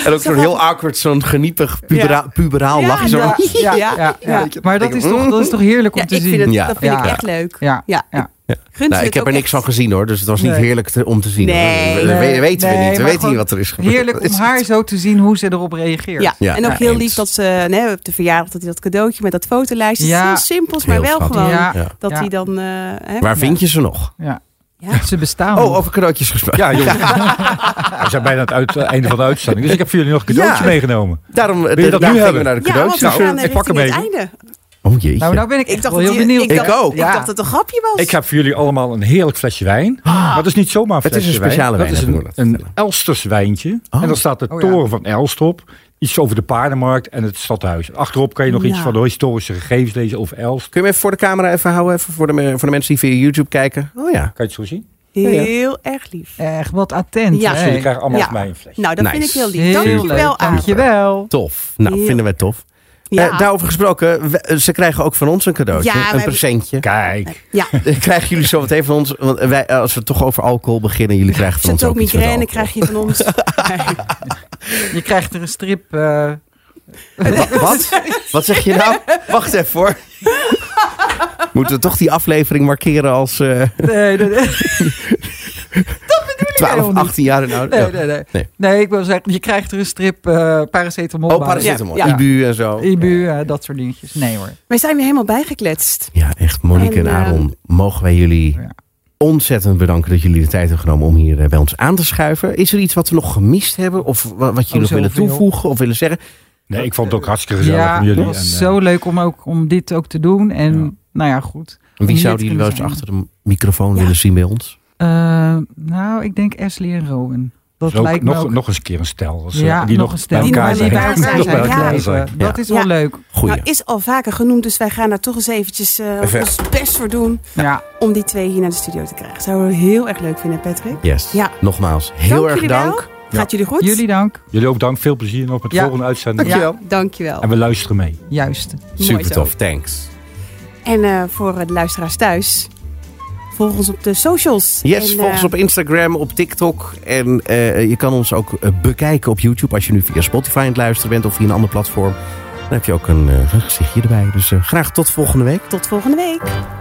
En ook zo'n heel awkward, zo'n geniepig, pubera- puberaal Ja, lachje. Zo. Ja, ja, ja, ja. Ja. Maar dat is, toch, dat is toch heerlijk om Ja, te ik zien. vind het, Ja. dat vind ik Ja. echt leuk. Ja, Ja. ja. Gunt Nou, ze ik het heb er ook niks van echt? gezien hoor, dus het was niet Nee. heerlijk te- om te zien. hoor. Nee. We- we- we- Nee, weten we nee, niet, we weten maar niet gewoon wat er is gebeurd. Heerlijk om Is- haar zo te zien hoe ze erop reageert. Ja. Ja, en ook ja, heel eens. lief dat ze nee, op de verjaardag dat hij dat cadeautje met dat fotolijstje. Ja. Ja. Heel simpels, maar Heel wel schattig. gewoon. Ja. Ja. Dat Ja. hij dan. eh, hè? Waar vind je ze nog? Ja. Ja. Ze bestaan. Oh, nog. over cadeautjes gesproken. Ja, jongens. (laughs) We zijn bijna aan het uit- einde van de uitzending. Dus ik heb voor jullie nog een cadeautje Ja. meegenomen. Daarom eh, Wil je dat daar nu gingen we hebben? naar de Ja, want cadeautjes. we Nou, gaan ik pak richting het hem einde. Oh jeetje. nou, nou ben ik echt Ik dacht, wel dat heel die- benieuwd. Ik dacht, Ik ook. Ik dacht dat het een grapje was. Ik heb voor jullie allemaal een heerlijk flesje wijn. Maar het is niet zomaar een Het is flesje een speciale wijn, Dat heb is ik een, me laten een vertellen. Elsters wijntje. En dan staat de Oh, ja. toren van Elst op. Iets over de paardenmarkt en het stadhuis. Achterop kan je nog iets Ja. van de historische gegevens lezen over Elst. Kun je hem even voor de camera even houden? Even voor, de, me- voor de mensen die via YouTube kijken. Oh ja. Kan je het zo zien? Heel erg lief. Echt wat attent. Ja. hè? Dus jullie krijgen allemaal Ja. van mij een flesje. Nou, dat Nice. vind ik heel lief. Heel leuk. Dankjewel, Aaf. Dankjewel. Tof. Nou, Heel- vinden wij tof. Ja. Eh, daarover gesproken, we- eh, ze krijgen ook van ons een cadeautje. Ja, wij een hebben- presentje. Eh, Kijk. Ja. Krijgen jullie zo meteen van ons? Want wij, eh, als we toch over alcohol beginnen, (laughs) jullie krijgen van Zet ons ook ook iets met migraine alcohol. krijg je van ons. (laughs) Je krijgt er een strip. eh, Wa- Wat? Wat zeg je nou? Wacht even hoor. Moeten we toch die aflevering markeren als eh nee, (laughs) nee, nee. 12, helemaal niet. 18 jaar Nou, en ouder? Nee, nee, nee. Nee. Nee, ik wil zeggen, je krijgt er een strip eh paracetamol. Oh, bij. paracetamol. Ja, ja. Ibu en zo. Ibu, eh, dat soort dingetjes. Nee hoor. Wij zijn weer helemaal bijgekletst. Ja, echt. Monique en, En, eh, Aaron, mogen wij jullie Ja. ontzettend bedanken dat jullie de tijd hebben genomen om hier eh, bij ons aan te schuiven. Is er iets wat we nog gemist hebben? Of wa- wat Oh, jullie nog willen zoveel. toevoegen of willen zeggen? Nee, ik vond het ook hartstikke gezellig ja, van jullie. het was En, eh, zo leuk om, ook, om dit ook te doen. En Ja. nou ja, goed. Wie dit zouden jullie kunnen wel eens zijn. achter de microfoon Ja. willen zien bij ons? Eh, nou, ik denk Ashley en Rowan. Dat dus ook lijkt me nog, ook- nog eens een keer een stel. Dus, eh, ja, die nog een stel. bij elkaar Die nog zijn. bij elkaar (laughs) Nog bij zijn, elkaar ja. zijn. Dat is wel Ja. leuk. Goeie. Nou, is al vaker genoemd, dus wij gaan daar toch eens eventjes eh, Even. ons best voor doen Ja. om die twee hier naar de studio te krijgen. Zouden we heel erg leuk vinden, Patrick. Yes. Ja. Nogmaals, heel Dank erg jullie wel. dank. Gaat jullie goed? Jullie dank. Jullie ook dank. Veel plezier nog met de Ja. volgende uitzending. Dankjewel. Dankjewel. En we luisteren mee. Juist. Mooi Super zo. tof, thanks. En eh, voor de luisteraars thuis, volg ons op de socials. Yes, en, volg ons eh, op Instagram, op TikTok. En eh, je kan ons ook eh, bekijken op YouTube als je nu via Spotify aan het luisteren bent of via een ander platform. Dan heb je ook een, eh, een gezichtje erbij. Dus eh, graag tot volgende week. Tot volgende week.